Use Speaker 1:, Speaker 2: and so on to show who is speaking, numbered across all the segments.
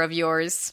Speaker 1: of yours.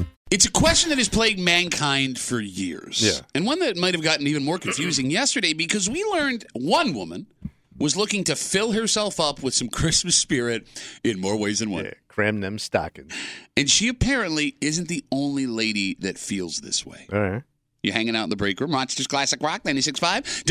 Speaker 2: It's a question that has plagued mankind for years.
Speaker 3: Yeah.
Speaker 2: And one that might have gotten even more confusing yesterday because we learned one woman was looking to fill herself up with some Christmas spirit in more ways than one.
Speaker 4: Yeah, cram them stockings.
Speaker 2: And she apparently isn't the only lady that feels this way.
Speaker 4: All right.
Speaker 2: You're hanging out in the break room, Rochester's Classic Rock 96.5,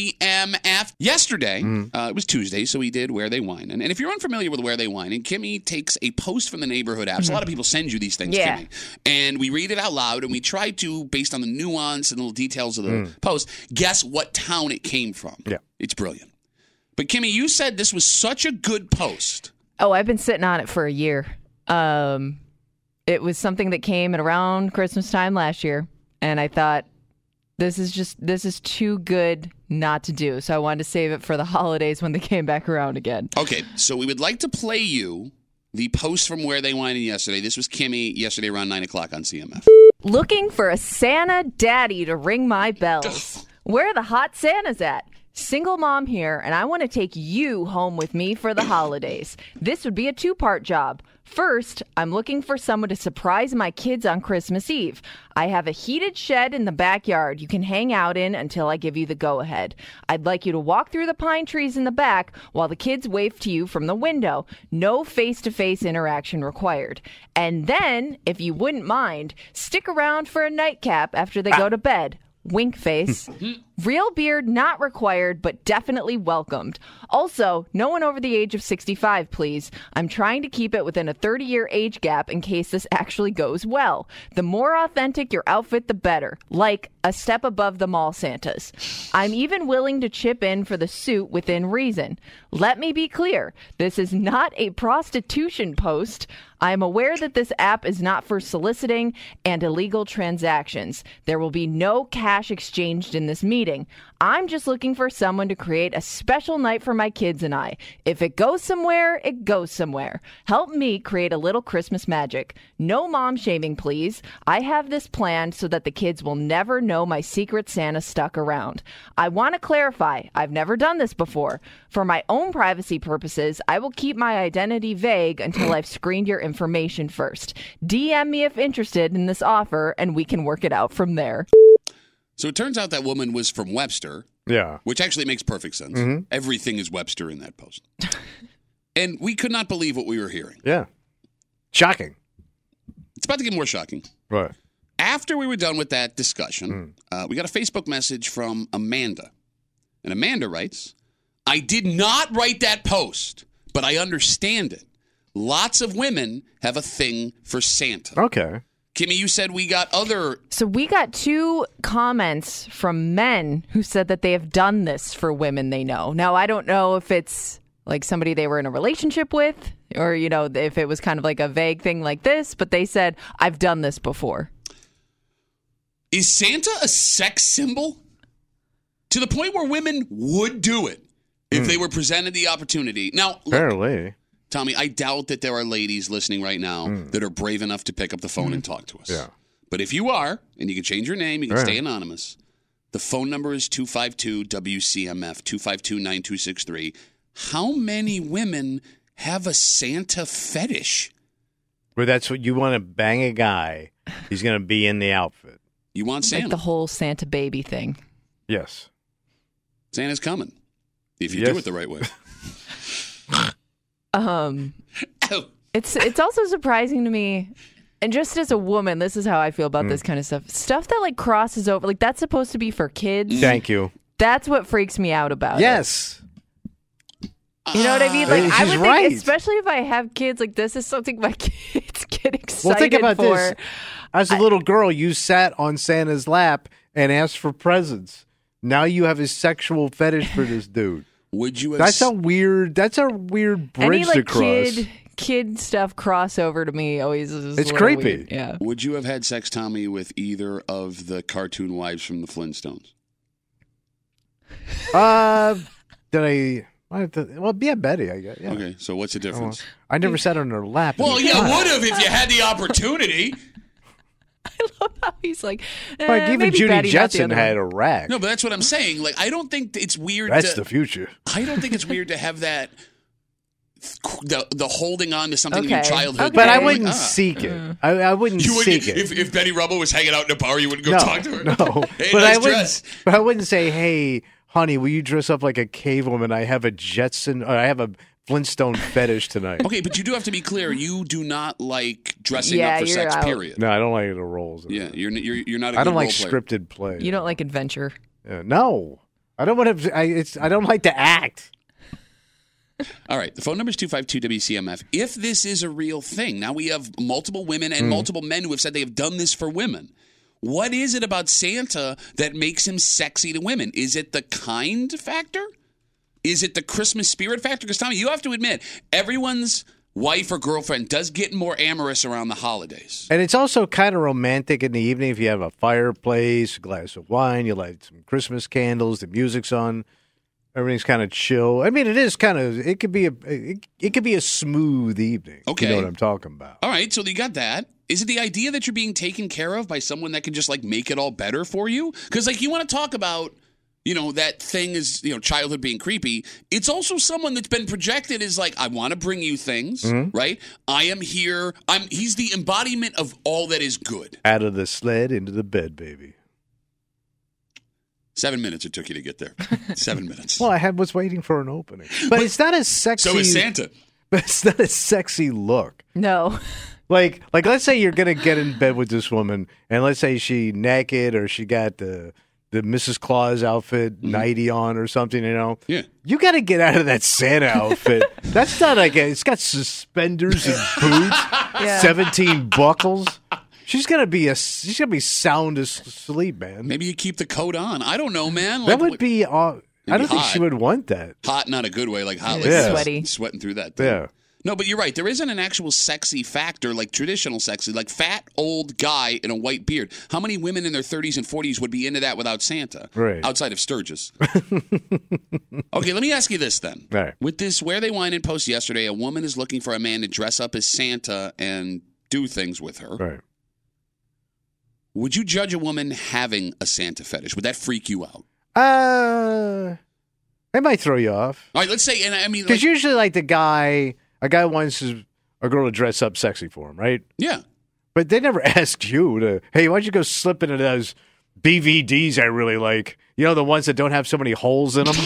Speaker 2: WCMF. Yesterday,
Speaker 4: Mm.
Speaker 2: uh, it was Tuesday, so we did Where They Wine. And, and if you're unfamiliar with Where They Wine, and Kimmy takes a post from the neighborhood apps, a
Speaker 4: Mm-hmm.
Speaker 2: lot of people send you these things,
Speaker 5: Yeah.
Speaker 2: Kimmy. And we read it out loud, and we try to, based on the nuance and little details of the post, guess what town it came from.
Speaker 4: Mm. Yeah.
Speaker 2: It's brilliant. But Kimmy, you said this was such a good post.
Speaker 5: Oh, I've been sitting on it for a year. Um, it was something that came at around Christmas time last year, and I thought this is just this is too good not to do. So I wanted to save it for the holidays when they came back around again.
Speaker 2: Okay, so we would like to play you the post from Where They Wine yesterday. This was Kimmy yesterday around 9 o'clock on CMF.
Speaker 5: Looking for a Santa daddy to ring my bells. Where are the hot Santas at? Single mom here, and I want to take you home with me for the holidays. This would be a two part job. First, I'm looking for someone to surprise my kids on Christmas Eve. I have a heated shed in the backyard you can hang out in until I give you the go ahead. I'd like you to walk through the pine trees in the back while the kids wave to you from the window. No face to face interaction required. And then, if you wouldn't mind, stick around for a nightcap after they go to bed. Wink face. Real beard not required, but definitely welcomed. Also, no one over the age of 65, please. I'm trying to keep it within a 30 year age gap in case this actually goes well. The more authentic your outfit, the better. Like a step above the mall Santas. I'm even willing to chip in for the suit within reason. Let me be clear this is not a prostitution post. I am aware that this app is not for soliciting and illegal transactions. There will be no cash exchanged in this meeting. I'm just looking for someone to create a special night for my kids and I. If it goes somewhere, it goes somewhere. Help me create a little Christmas magic. No mom shaming, please. I have this planned so that the kids will never know my secret Santa stuck around. I want to clarify I've never done this before. For my own privacy purposes, I will keep my identity vague until I've screened your information first. DM me if interested in this offer, and we can work it out from there.
Speaker 2: So it turns out that woman was from Webster,
Speaker 4: Yeah. Mm-hmm.
Speaker 2: which actually makes perfect sense. Everything is Webster in that post. and we could not believe what we were hearing.
Speaker 4: Yeah. Shocking.
Speaker 2: It's about to get more shocking.
Speaker 4: Right.
Speaker 2: After we were done with that discussion, uh, we got a Facebook message from Amanda. And Amanda writes, I did not write that post, but I understand it. Lots of women have a thing for Santa.
Speaker 4: Okay.
Speaker 2: Kimmy, you said we got other
Speaker 5: So we got two comments from men who said that they have done this for women they know. Now I don't know if it's like somebody they were in a relationship with or you know if it was kind of like a vague thing like this, but they said I've done this before.
Speaker 2: Is Santa a sex symbol? To the point where women would do it if they were presented the opportunity. Now, look,
Speaker 4: Apparently.
Speaker 2: Tommy, I doubt that there are ladies listening right now that are brave enough to pick up the phone and talk to us.
Speaker 4: Hmm. Yeah.
Speaker 2: But if you are, and you can change your name, you can
Speaker 4: Right.
Speaker 2: stay anonymous. The phone number is 252 WCMF, 252 9263. How many women have a Santa fetish?
Speaker 4: Where that's what you want to bang a guy. He's going to be in the outfit.
Speaker 2: You want Santa?
Speaker 5: Like the whole Santa baby thing.
Speaker 4: Yes.
Speaker 2: Santa's coming if you do
Speaker 4: Yes.
Speaker 2: it the right way.
Speaker 5: Um it's it's also surprising to me And just as a woman, this is how I feel
Speaker 4: Mm.
Speaker 5: about this kind of stuff. Stuff that like crosses over, like that's supposed to be for
Speaker 2: Mm.
Speaker 5: kids.
Speaker 4: Thank you.
Speaker 5: That's what freaks me out about. it.
Speaker 4: Yes.
Speaker 5: You know what I mean? Like
Speaker 4: Uh,
Speaker 5: I
Speaker 4: she's
Speaker 5: would
Speaker 4: right.
Speaker 5: think, especially if I have kids, like this is something my kids get excited
Speaker 4: Well, think about
Speaker 5: for.
Speaker 4: this. As a little girl, you sat on Santa's lap and asked for presents. Now you have a sexual fetish for this dude.
Speaker 2: Would you have
Speaker 4: That's a
Speaker 2: s-
Speaker 4: weird. That's a weird bridge
Speaker 5: Any like
Speaker 4: to cross.
Speaker 5: kid kid stuff crossover to me always is. a
Speaker 4: It's
Speaker 5: little
Speaker 4: creepy.
Speaker 5: weird. Yeah.
Speaker 2: would you have had sex, Tommy, with either of the cartoon wives from the Flintstones?
Speaker 4: Uh, did I? I have to, well, yeah, Betty. I guess. Yeah.
Speaker 2: Okay, so what's the
Speaker 4: Oh,
Speaker 2: difference?
Speaker 4: I never sat on her lap.
Speaker 2: Well,
Speaker 4: yeah,
Speaker 2: you would have if you had the opportunity.
Speaker 5: He's like, eh,
Speaker 4: Like even
Speaker 5: maybe
Speaker 4: Judy
Speaker 5: Betty, not the
Speaker 4: Jetson
Speaker 5: other
Speaker 4: had
Speaker 5: one.
Speaker 4: a rack.
Speaker 2: No, but that's what I'm saying. Like, I don't think it's weird.
Speaker 4: That's
Speaker 2: to,
Speaker 4: the future.
Speaker 2: I don't think it's weird to have that. The, the holding on to something in your
Speaker 5: Okay.
Speaker 2: childhood.
Speaker 5: Okay. Mm.
Speaker 4: But I
Speaker 2: Like,
Speaker 4: wouldn't
Speaker 2: ah.
Speaker 4: seek it. I, I wouldn't
Speaker 2: You wouldn't,
Speaker 4: seek it.
Speaker 2: if, if Betty Rubble was hanging out in a bar, you wouldn't go
Speaker 4: no,
Speaker 2: talk to her.
Speaker 4: no.
Speaker 2: hey,
Speaker 4: but I
Speaker 2: nice
Speaker 4: wouldn't.
Speaker 2: dress.
Speaker 4: But I wouldn't say, "Hey, honey, will you dress up like a cave woman? I have a Jetson. Or I have a Flintstone fetish tonight."
Speaker 2: Okay, but you do have to be clear. You do not like dressing
Speaker 5: Yeah,
Speaker 2: up for
Speaker 5: you're
Speaker 2: sex.
Speaker 5: out.
Speaker 2: Period.
Speaker 4: No, I don't like the roles. in
Speaker 2: Yeah,
Speaker 4: it.
Speaker 2: you're n- you're you're not. I
Speaker 4: I don't like
Speaker 2: player.
Speaker 4: scripted play.
Speaker 5: You don't like adventure.
Speaker 4: Yeah, no, I don't want to. I, it's, I don't like to act.
Speaker 2: All right, the phone number is 252 WCMF. If this is a real thing, now we have multiple women and multiple men who have said they have done this for women. What is it about Santa that makes him sexy to women? Is it the kind factor? Is it the Christmas spirit factor? Because, Tommy, you have to admit, everyone's wife or girlfriend does get more amorous around the holidays.
Speaker 4: And it's also kind of romantic in the evening if you have a fireplace, a glass of wine, you light some Christmas candles, the music's on, everything's kind of chill. I mean, it is kind of it could be a it, it could be a smooth evening.
Speaker 2: Okay.
Speaker 4: you know what I'm talking about.
Speaker 2: All right, so you got that. Is it the idea that you're being taken care of by someone that can just like make it all better for you? Because like you want to talk about, you know, that thing is you know childhood being creepy. It's also someone that's been projected as like I want to bring you things,
Speaker 4: Mm-hmm.
Speaker 2: right? I am here. I'm. He's the embodiment of all that is good.
Speaker 4: Out of the sled into the bed, baby.
Speaker 2: Seven minutes it took you to get there. Seven minutes.
Speaker 4: Well, I had was waiting for an opening, but it's not as sexy.
Speaker 2: so is Santa.
Speaker 4: But it's not a sexy look.
Speaker 5: No.
Speaker 4: Like, like let's say you're gonna get in bed with this woman, and let's say she naked or she got the the Mrs. Claus outfit nighty on or something, you know.
Speaker 2: Mm-hmm. Yeah.
Speaker 4: You got to get out of that Santa outfit. That's not like a, it's got suspenders and boots,
Speaker 5: Yeah.
Speaker 4: seventeen buckles. She's gonna be a she's gonna be sound asleep, man.
Speaker 2: Maybe you keep the coat on. I don't know, man.
Speaker 4: that
Speaker 2: Like,
Speaker 4: would be. Uh, I don't think
Speaker 2: hot.
Speaker 4: she would want that.
Speaker 2: hot, not a good way. Like hot, like
Speaker 4: Yeah.
Speaker 5: Sweaty.
Speaker 2: sweating through that. Thing.
Speaker 4: Yeah.
Speaker 2: No, but you're right. There isn't an actual sexy factor like traditional sexy, like fat old guy in a white beard. How many women in their 30s and 40s would be into that without Santa?
Speaker 4: Right.
Speaker 2: Outside of Sturgis. okay, let me ask you this then.
Speaker 4: All right.
Speaker 2: With this Where They Wine and post yesterday, a woman is looking for a man to dress up as Santa and do things with her.
Speaker 4: Right.
Speaker 2: Would you judge a woman having a Santa fetish? Would that freak you out?
Speaker 4: Uh, it might throw you off
Speaker 2: All right, let's say, and I mean,
Speaker 4: because
Speaker 2: like,
Speaker 4: usually, like the guy, a guy wants his, a girl to dress up sexy for him, right?
Speaker 2: yeah.
Speaker 4: But they never asked you to, hey, why don't you go slip into those BVDs I really like? You know, the ones that don't have so many holes in them?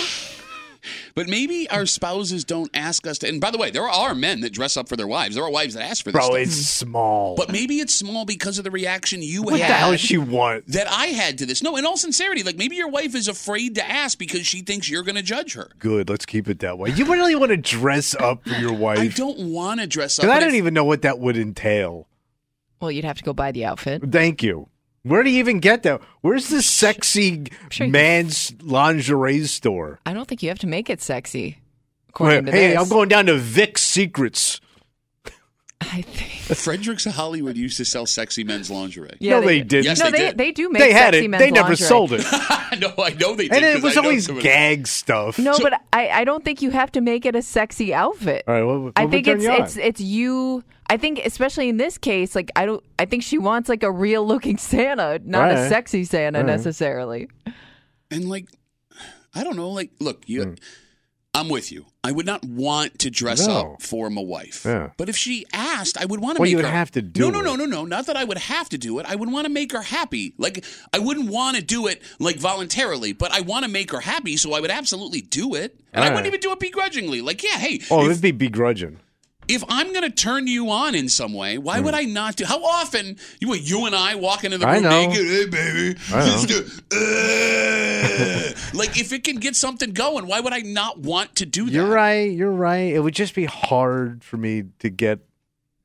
Speaker 2: But maybe our spouses don't ask us to. And by the way, there are men that dress up for their wives. There are wives that ask for this.
Speaker 4: Bro,
Speaker 2: stuff.
Speaker 4: it's small.
Speaker 2: But maybe it's small because of the reaction you
Speaker 4: what
Speaker 2: had.
Speaker 4: the hell does she want?
Speaker 2: that I had to this. No, in all sincerity, like maybe your wife is afraid to ask because she thinks you're going to judge her.
Speaker 4: Good, let's keep it that way. You really want to dress up for your
Speaker 2: I
Speaker 4: wife?
Speaker 2: don't want to dress up.
Speaker 4: Because I
Speaker 2: but
Speaker 4: don't
Speaker 2: if-
Speaker 4: even know what that would entail.
Speaker 5: Well, you'd have to go buy the outfit.
Speaker 4: Thank you. Where do you even get that? Where's the sexy
Speaker 5: sure you can-
Speaker 4: man's lingerie store?
Speaker 5: I don't think you have to make it sexy.
Speaker 4: Hey,
Speaker 5: According to
Speaker 4: hey,
Speaker 5: this.
Speaker 4: I'm going down to Vic's Secrets.
Speaker 5: I think.
Speaker 2: Fredericks of Hollywood used to sell sexy men's lingerie.
Speaker 5: Yeah,
Speaker 4: no, they, didn't.
Speaker 2: Yes,
Speaker 5: no,
Speaker 2: they
Speaker 5: they,
Speaker 2: did.
Speaker 5: do make
Speaker 4: they had
Speaker 5: sexy
Speaker 4: it.
Speaker 5: men's
Speaker 4: They never
Speaker 5: lingerie.
Speaker 4: sold it.
Speaker 2: no, I know they did.
Speaker 4: and it
Speaker 2: 'cause
Speaker 4: was
Speaker 2: I know
Speaker 4: always
Speaker 2: some of-
Speaker 4: gag stuff.
Speaker 5: No,
Speaker 2: So-
Speaker 5: but I, I don't think you have to make it a sexy outfit.
Speaker 4: All right, what- what
Speaker 5: I
Speaker 4: would
Speaker 5: think
Speaker 4: turn
Speaker 5: it's
Speaker 4: you on?
Speaker 5: it's it's you. I think especially in this case, like I don't. I think she wants like a real looking Santa, not
Speaker 4: All right.
Speaker 5: a sexy Santa
Speaker 4: All right.
Speaker 5: necessarily.
Speaker 2: And like, I don't know. Like, look, you.
Speaker 4: Mm.
Speaker 2: I'm with you. I would not want to dress
Speaker 4: No.
Speaker 2: up for my wife.
Speaker 4: Yeah.
Speaker 2: But if she asked, I would want to
Speaker 4: Well,
Speaker 2: make
Speaker 4: you would
Speaker 2: her-
Speaker 4: have to do
Speaker 2: No, no,
Speaker 4: it.
Speaker 2: no, no, no. Not that I would have to do it. I would want to make her happy. Like I wouldn't want to do it like voluntarily, but I want to make her happy, so I would absolutely do it. And I
Speaker 4: All
Speaker 2: wouldn't
Speaker 4: right.
Speaker 2: even do it begrudgingly. Like, yeah, hey,
Speaker 4: Oh,
Speaker 2: if-
Speaker 4: it'd be begrudging.
Speaker 2: If I'm going to turn you on in some way, why would I not do? How often you you and I walking in the
Speaker 4: Mm. I
Speaker 2: room
Speaker 4: know.
Speaker 2: naked, hey baby,
Speaker 4: I know.
Speaker 2: let's do it." Uh, like if it can get something going, why would I not want to do that?
Speaker 4: You're right. You're right. It would just be hard for me to get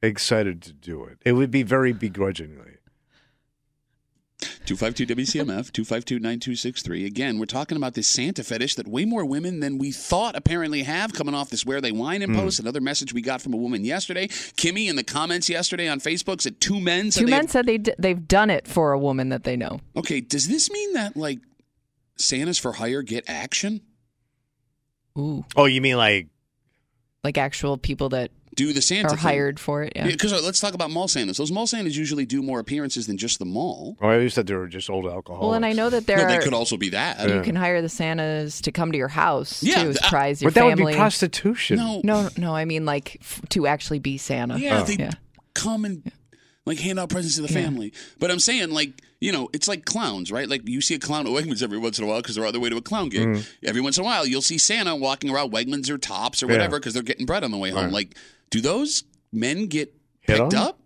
Speaker 4: excited to do it. It would be very begrudgingly.
Speaker 2: 252 WCMF, 252 9263. Again, we're talking about this Santa fetish that way more women than we thought apparently have coming off this Where They Wine
Speaker 4: Hmm.
Speaker 2: and post. Another message we got from a woman yesterday. Kimmy in the comments yesterday on Facebook said two men said
Speaker 5: Two
Speaker 2: they
Speaker 5: men
Speaker 2: had-
Speaker 5: said they d- they've done it for a woman that they know.
Speaker 2: Okay, does this mean that, like, Santa's for hire get action?
Speaker 5: Ooh,
Speaker 4: Oh, you mean like
Speaker 5: like actual people that
Speaker 2: Do the Santa
Speaker 5: are
Speaker 2: thing?
Speaker 5: hired for it. Yeah.
Speaker 2: Yeah, because let's talk about mall Santas. Those mall Santas usually do more appearances than just the mall.
Speaker 4: Oh, I always thought they were just old alcoholics.
Speaker 5: Well, and I know that there
Speaker 2: no,
Speaker 5: are.
Speaker 2: they could also be that.
Speaker 5: you can hire the Santas to come to your house
Speaker 2: Yeah,
Speaker 5: too,
Speaker 2: th-
Speaker 5: surprise your
Speaker 4: but that
Speaker 5: family.
Speaker 4: would be prostitution.
Speaker 2: No,
Speaker 5: no, no, I mean like f- to actually be Santa.
Speaker 2: Yeah, they
Speaker 5: Yeah.
Speaker 2: come and like hand out presents to the
Speaker 5: Yeah.
Speaker 2: family. But I'm saying, like, you know, it's like clowns, right? Like, you see a clown at Wegmans every once in a while because they're on their way to a clown
Speaker 4: Mm-hmm.
Speaker 2: gig. Every once in a while, you'll see Santa walking around Wegmans or Tops or
Speaker 4: Yeah.
Speaker 2: whatever because they're getting bread on the way home.
Speaker 4: Right.
Speaker 2: Like, do those men get
Speaker 4: Hit
Speaker 2: picked
Speaker 4: on?
Speaker 2: up?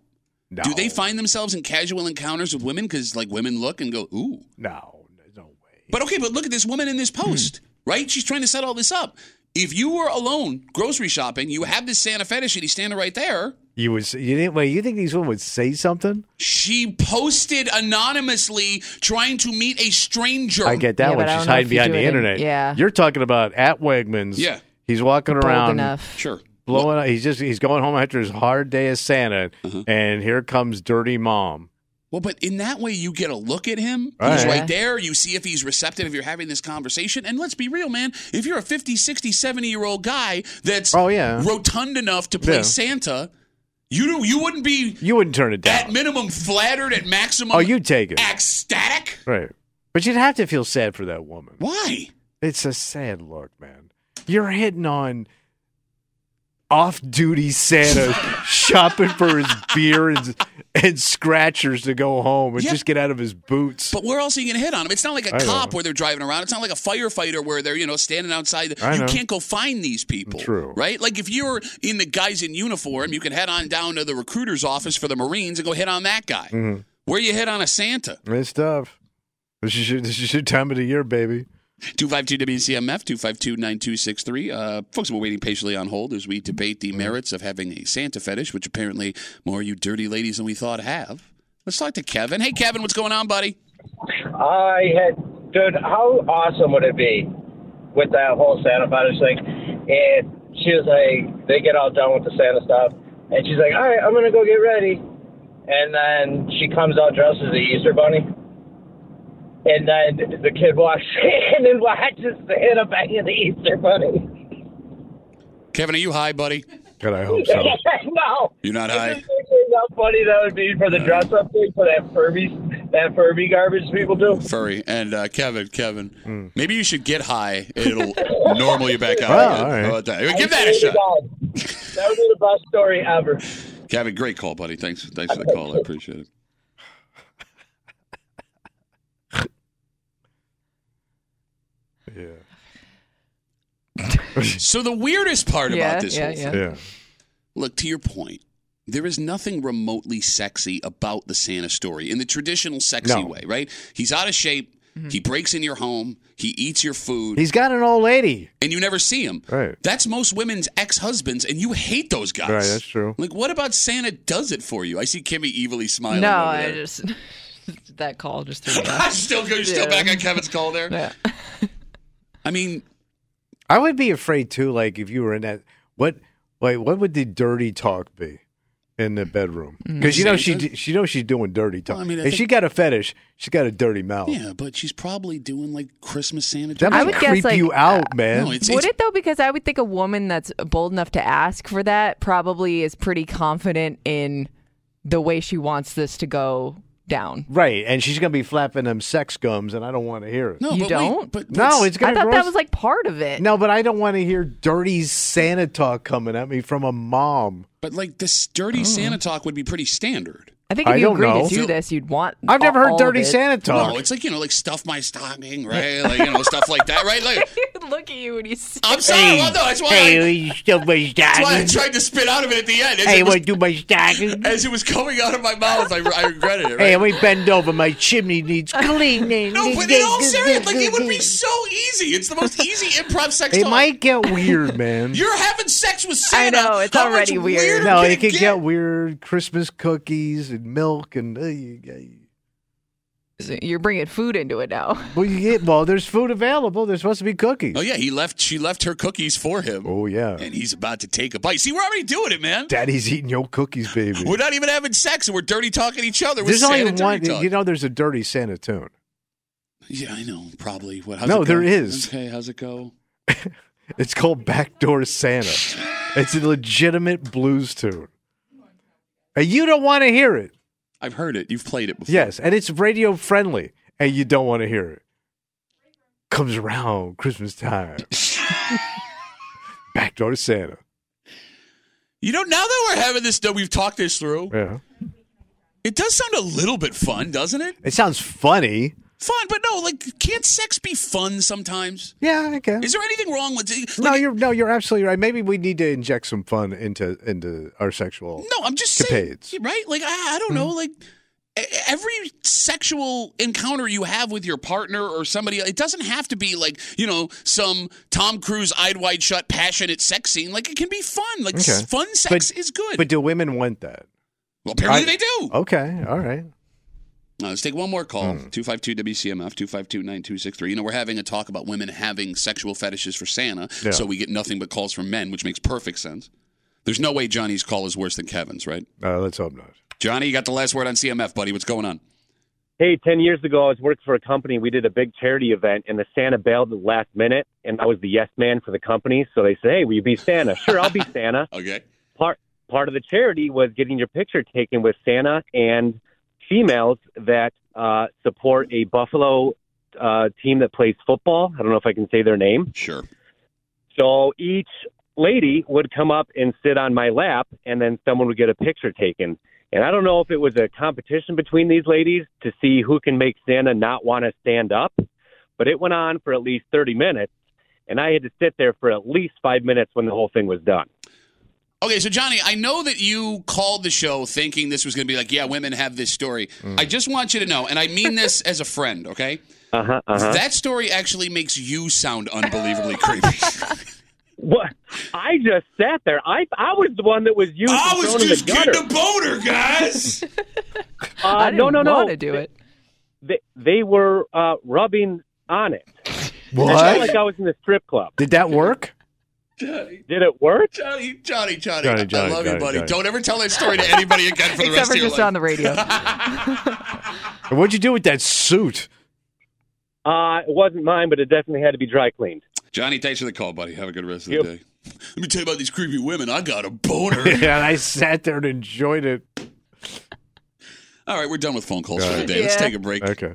Speaker 4: No.
Speaker 2: Do they find themselves in casual encounters with women because, like, women look and go, ooh.
Speaker 4: No, no way. Hmm.
Speaker 2: But okay, but look at this woman in this post, right? She's trying to set all this up. If you were alone grocery shopping, you have this Santa fetish and he's standing right there.
Speaker 4: You would. s- You didn't. Wait. You think these women would say something?
Speaker 2: She posted anonymously trying to meet a stranger.
Speaker 4: I get that
Speaker 5: Yeah,
Speaker 4: one.
Speaker 5: but I
Speaker 4: She's
Speaker 5: don't know
Speaker 4: hiding
Speaker 5: if you
Speaker 4: behind
Speaker 5: do
Speaker 4: the
Speaker 5: it in-
Speaker 4: internet.
Speaker 5: yeah.
Speaker 4: You're talking about at Wegmans.
Speaker 2: Yeah.
Speaker 4: He's walking
Speaker 5: Bold
Speaker 4: around.
Speaker 5: enough.
Speaker 2: Sure.
Speaker 4: Blowing up, he's just he's going home after his hard day as Santa,
Speaker 2: Uh-huh.
Speaker 4: and here comes Dirty Mom.
Speaker 2: Well, but in that way, you get a look at him. He's
Speaker 4: Right.
Speaker 2: right
Speaker 5: Yeah.
Speaker 2: there. You see if he's receptive, if you're having this conversation. And let's be real, man. If you're a 50, 60, 70 year old guy that's
Speaker 4: Oh, yeah.
Speaker 2: rotund enough to play
Speaker 4: Yeah.
Speaker 2: Santa, you, do, you wouldn't be
Speaker 4: You wouldn't turn it
Speaker 2: at
Speaker 4: down.
Speaker 2: minimum flattered, at maximum
Speaker 4: Oh, you'd take it,
Speaker 2: ecstatic.
Speaker 4: right? But you'd have to feel sad for that woman.
Speaker 2: Why?
Speaker 4: It's a sad look, man. You're hitting on off-duty Santa shopping for his beer and, and scratchers to go home and
Speaker 2: Yeah.
Speaker 4: just get out of his boots.
Speaker 2: But where else are you going to hit on them? It's not like a
Speaker 4: I
Speaker 2: cop
Speaker 4: know.
Speaker 2: where they're driving around. It's not like a firefighter where they're, you know, standing outside.
Speaker 4: I
Speaker 2: you
Speaker 4: know.
Speaker 2: can't go find these people.
Speaker 4: True.
Speaker 2: Right? Like if you're in the guys in uniform, you can head on down to the recruiter's office for the Marines and go hit on that guy. Where you hit on a Santa?
Speaker 4: It's tough. This is your, this is your time of the year, baby.
Speaker 2: 252 WCMF, 252 9263. Uh, folks were waiting patiently on hold as we debate the merits of having a Santa fetish, which apparently more you dirty ladies than we thought have. Let's talk to Kevin. Hey, Kevin, what's going on, buddy?
Speaker 6: I had, dude, how awesome would it be with that whole Santa fetish thing? And she was like, they get all done with the Santa stuff, and she's like, all right, I'm gonna go get ready, and then she comes out dressed as the Easter bunny. And then the kid walks in and watches Santa banging the Easter bunny.
Speaker 2: Kevin, are you high, buddy?
Speaker 4: God, I hope so.
Speaker 6: no,
Speaker 2: You're not
Speaker 6: I
Speaker 2: high.
Speaker 6: just thinking how funny that would be for the dress-up thing for that Furby, that Furby garbage people do.
Speaker 2: Furry and uh, Kevin, Kevin. Maybe you should get high. It'll normal you back out.
Speaker 4: Hmm. Wow,
Speaker 2: again.
Speaker 4: all right.
Speaker 2: How about that? Give that a shot.
Speaker 6: That would be the best story ever.
Speaker 2: Kevin, great call, buddy. Thanks, thanks for the call. I appreciate it.
Speaker 4: Yeah,
Speaker 2: So the weirdest part
Speaker 5: Yeah,
Speaker 2: about this
Speaker 5: yeah,
Speaker 2: whole thing,
Speaker 5: yeah.
Speaker 4: yeah.
Speaker 2: look to your point. There is nothing remotely sexy about the Santa story in the traditional sexy
Speaker 4: No.
Speaker 2: way, right? He's out of shape. He breaks in your home. He eats your food,
Speaker 4: He's got an old lady.
Speaker 2: and you never see him.
Speaker 4: Right.
Speaker 2: That's most women's ex-husbands, and you hate those guys.
Speaker 4: Right, that's true.
Speaker 2: Like, what about Santa does it for you? I see Kimmy evilly smiling.
Speaker 5: No,
Speaker 2: over
Speaker 5: I
Speaker 2: there.
Speaker 5: just that call just threw me off.
Speaker 2: I still go. You're still
Speaker 5: Yeah.
Speaker 2: back on Kevin's call there.
Speaker 5: Yeah.
Speaker 2: I mean,
Speaker 4: I would be afraid too. Like if you were in that, what, like, what would the dirty talk be in the bedroom? Because you know she,
Speaker 2: Santa?
Speaker 4: d- she knows she's doing dirty talk.
Speaker 2: Mm. Well, I mean, I
Speaker 4: if
Speaker 2: think-
Speaker 4: she got a fetish, she's got a dirty mouth.
Speaker 2: yeah, but she's probably doing like Christmas Santa.
Speaker 4: That
Speaker 2: dress.
Speaker 4: might
Speaker 5: I would guess,
Speaker 4: creep
Speaker 5: like, uh,
Speaker 4: you out, man.
Speaker 2: no, it's,
Speaker 5: would
Speaker 2: it's
Speaker 5: it though? Because I would think a woman that's bold enough to ask for that probably is pretty confident in the way she wants this to go down.
Speaker 4: right, and she's gonna be flapping them sex gums, and I don't want to hear it.
Speaker 2: no,
Speaker 5: You
Speaker 2: but Wait,
Speaker 5: don't?
Speaker 2: but, but
Speaker 4: No, it's
Speaker 5: I
Speaker 4: gonna.
Speaker 5: thought that
Speaker 4: gross-
Speaker 5: was like part of it.
Speaker 4: No, but I don't want to hear dirty Santa talk coming at me from a mom.
Speaker 2: but like this dirty Santa talk would be pretty standard.
Speaker 5: I think if
Speaker 4: Mm. I
Speaker 5: you
Speaker 4: don't
Speaker 5: agreed
Speaker 4: know.
Speaker 5: to do this, you'd want.
Speaker 4: I've never
Speaker 5: all-
Speaker 4: heard
Speaker 5: all
Speaker 4: Dirty
Speaker 5: of it.
Speaker 4: Santa talk.
Speaker 2: No, it's like you know, like stuff my stocking, right? Like you know, stuff like that, right? Like
Speaker 5: Look at you when you. say-
Speaker 2: I'm sorry, well, no, that's why, I,
Speaker 4: you still my
Speaker 2: that's why I tried to spit out of it at the end. As, it, was,
Speaker 4: do my stocking?
Speaker 2: as it was coming out of my mouth, I, I regretted it. Right?
Speaker 4: we bend over. My chimney needs cleaning.
Speaker 2: no, but in all seriousness, like it would be so easy. It's the most easy improv sex
Speaker 4: It
Speaker 2: talk.
Speaker 4: might get weird, man.
Speaker 2: You're having sex with Santa.
Speaker 5: know, it's
Speaker 2: How much
Speaker 5: already weird.
Speaker 2: weirder
Speaker 4: no,
Speaker 2: can
Speaker 4: it could get weird. Christmas cookies and milk and uh, you- you-
Speaker 5: So You're bringing food into it now.
Speaker 4: well, you get well. There's food available. There's supposed to be cookies.
Speaker 2: Oh yeah, he left. She left her cookies for him,
Speaker 4: Oh yeah,
Speaker 2: and he's about to take a bite. See, we're already doing it, man.
Speaker 4: Daddy's eating your cookies, baby.
Speaker 2: We're not even having sex, and we're dirty talking each other. We're
Speaker 4: There's
Speaker 2: Santa
Speaker 4: only
Speaker 2: dirty
Speaker 4: one.
Speaker 2: talk.
Speaker 4: You know, there's a Dirty Santa tune.
Speaker 2: Yeah, I know. Probably. What? How's
Speaker 4: No,
Speaker 2: it go?
Speaker 4: there is.
Speaker 2: Okay, how's it go?
Speaker 4: It's called Backdoor Santa. it's a legitimate blues tune. And you don't want to hear it.
Speaker 2: I've heard it. You've played it before.
Speaker 4: Yes, and it's radio friendly, and you don't want to hear it. Comes around Christmas time. Backdoor Santa.
Speaker 2: You know, now that we're having this, that we've talked this through,
Speaker 4: Yeah.
Speaker 2: it does sound a little bit fun, doesn't it?
Speaker 4: It sounds funny.
Speaker 2: Fun, but no, like, can't sex be fun sometimes?
Speaker 4: Yeah, I guess.
Speaker 2: Is there anything wrong with it?
Speaker 4: No, you're no, you're absolutely right. Maybe we need to inject some fun into into our sexual.
Speaker 2: No, I'm just saying,
Speaker 4: Capades. Hmm.
Speaker 2: right? Like, I, I don't know, like. e- Every sexual encounter you have with your partner or somebody, it doesn't have to be like, you know, some Tom Cruise eyed wide shut, passionate sex scene. Like, it can be fun. Like, s-
Speaker 4: Okay.
Speaker 2: fun sex is good.
Speaker 4: But do women want that?
Speaker 2: well, apparently
Speaker 4: I-
Speaker 2: they do.
Speaker 4: Okay, all right.
Speaker 2: Now, Uh, let's take one more call.
Speaker 4: Hmm.
Speaker 2: 252-WCMF, 252-9263. You know, we're having a talk about women having sexual fetishes for Santa,
Speaker 4: Yeah.
Speaker 2: so we get nothing but calls from men, which makes perfect sense. There's no way Johnny's call is worse than Kevin's, right?
Speaker 4: Uh, let's hope not.
Speaker 2: Johnny, you got the last word on CMF, buddy. What's going on?
Speaker 3: Hey, 10 years ago, I was working for a company. We did a big charity event, and the Santa bailed at the last minute, and I was the yes man for the company. So they said, Hey, will you be Santa? Sure, I'll be Santa.
Speaker 2: Okay.
Speaker 3: Part, part of the charity was getting your picture taken with Santa and females that uh, support a Buffalo uh, team that plays football. I don't know if I can say their name.
Speaker 2: Sure.
Speaker 3: So each lady would come up and sit on my lap, and then someone would get a picture taken. And I don't know if it was a competition between these ladies to see who can make Santa not want to stand up, but it went on for at least 30 minutes. And I had to sit there for at least five minutes when the whole thing was done.
Speaker 2: Okay, so Johnny, I know that you called the show thinking this was going to be like, yeah, women have this story.
Speaker 4: Hmm.
Speaker 2: I just want you to know, and I mean this as a friend, okay?
Speaker 3: Uh
Speaker 4: Uh-huh,
Speaker 3: huh. Uh huh.
Speaker 2: That story actually makes you sound unbelievably creepy.
Speaker 3: What? I just sat there. I I was the one that was used.
Speaker 2: I
Speaker 3: and
Speaker 2: was
Speaker 3: thrown in
Speaker 2: just
Speaker 3: the gutter.
Speaker 2: getting a boner, guys.
Speaker 3: Uh,
Speaker 5: I didn't
Speaker 3: no, no, no.
Speaker 5: want to do it.
Speaker 3: They, they were uh, rubbing on it. It's not like
Speaker 4: What?
Speaker 3: I was in the strip club.
Speaker 4: Did that work?
Speaker 3: Did it work?
Speaker 2: Johnny, Johnny, Johnny,
Speaker 4: Johnny,
Speaker 2: I-
Speaker 4: Johnny,
Speaker 2: I love
Speaker 4: Johnny,
Speaker 2: you, buddy.
Speaker 4: Johnny.
Speaker 2: Don't ever tell that story to anybody again for the
Speaker 5: Except
Speaker 2: rest
Speaker 5: for
Speaker 2: of your
Speaker 5: just
Speaker 2: life.
Speaker 5: on the radio.
Speaker 4: And What'd you do with that suit?
Speaker 3: Uh, it wasn't mine, but it definitely had to be dry cleaned.
Speaker 2: Johnny, thanks for the call, buddy. Have a good rest of
Speaker 3: Yep.
Speaker 2: the day. Let me tell you about these creepy women. I got a boner.
Speaker 4: Yeah, and I sat there and enjoyed it.
Speaker 2: All right, we're done with phone calls
Speaker 4: All
Speaker 2: for the
Speaker 4: right.
Speaker 2: day. Let's
Speaker 5: Yeah.
Speaker 2: take a break.
Speaker 4: Okay.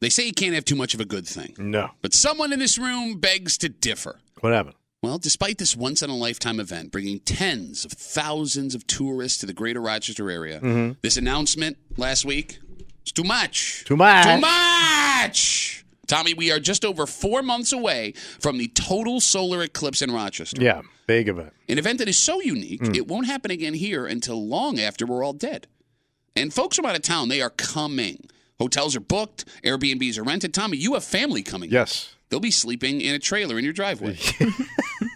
Speaker 2: They say you can't have too much of a good thing,
Speaker 4: No.
Speaker 2: but someone in this room begs to differ.
Speaker 4: What happened?
Speaker 2: Well, despite this once in a lifetime event bringing tens of thousands of tourists to the greater Rochester area,
Speaker 4: Mhm.
Speaker 2: this announcement last week is too much.
Speaker 4: Too much.
Speaker 2: Too much. Tommy, we are just over four months away from the total solar eclipse in Rochester.
Speaker 4: Yeah, big event.
Speaker 2: An event that is so unique,
Speaker 4: Mm.
Speaker 2: it won't happen again here until long after we're all dead. And folks from out of town, they are coming. Hotels are booked, Airbnbs are rented. Tommy, you have family coming.
Speaker 4: Yes.
Speaker 2: They'll be sleeping in a trailer in your driveway.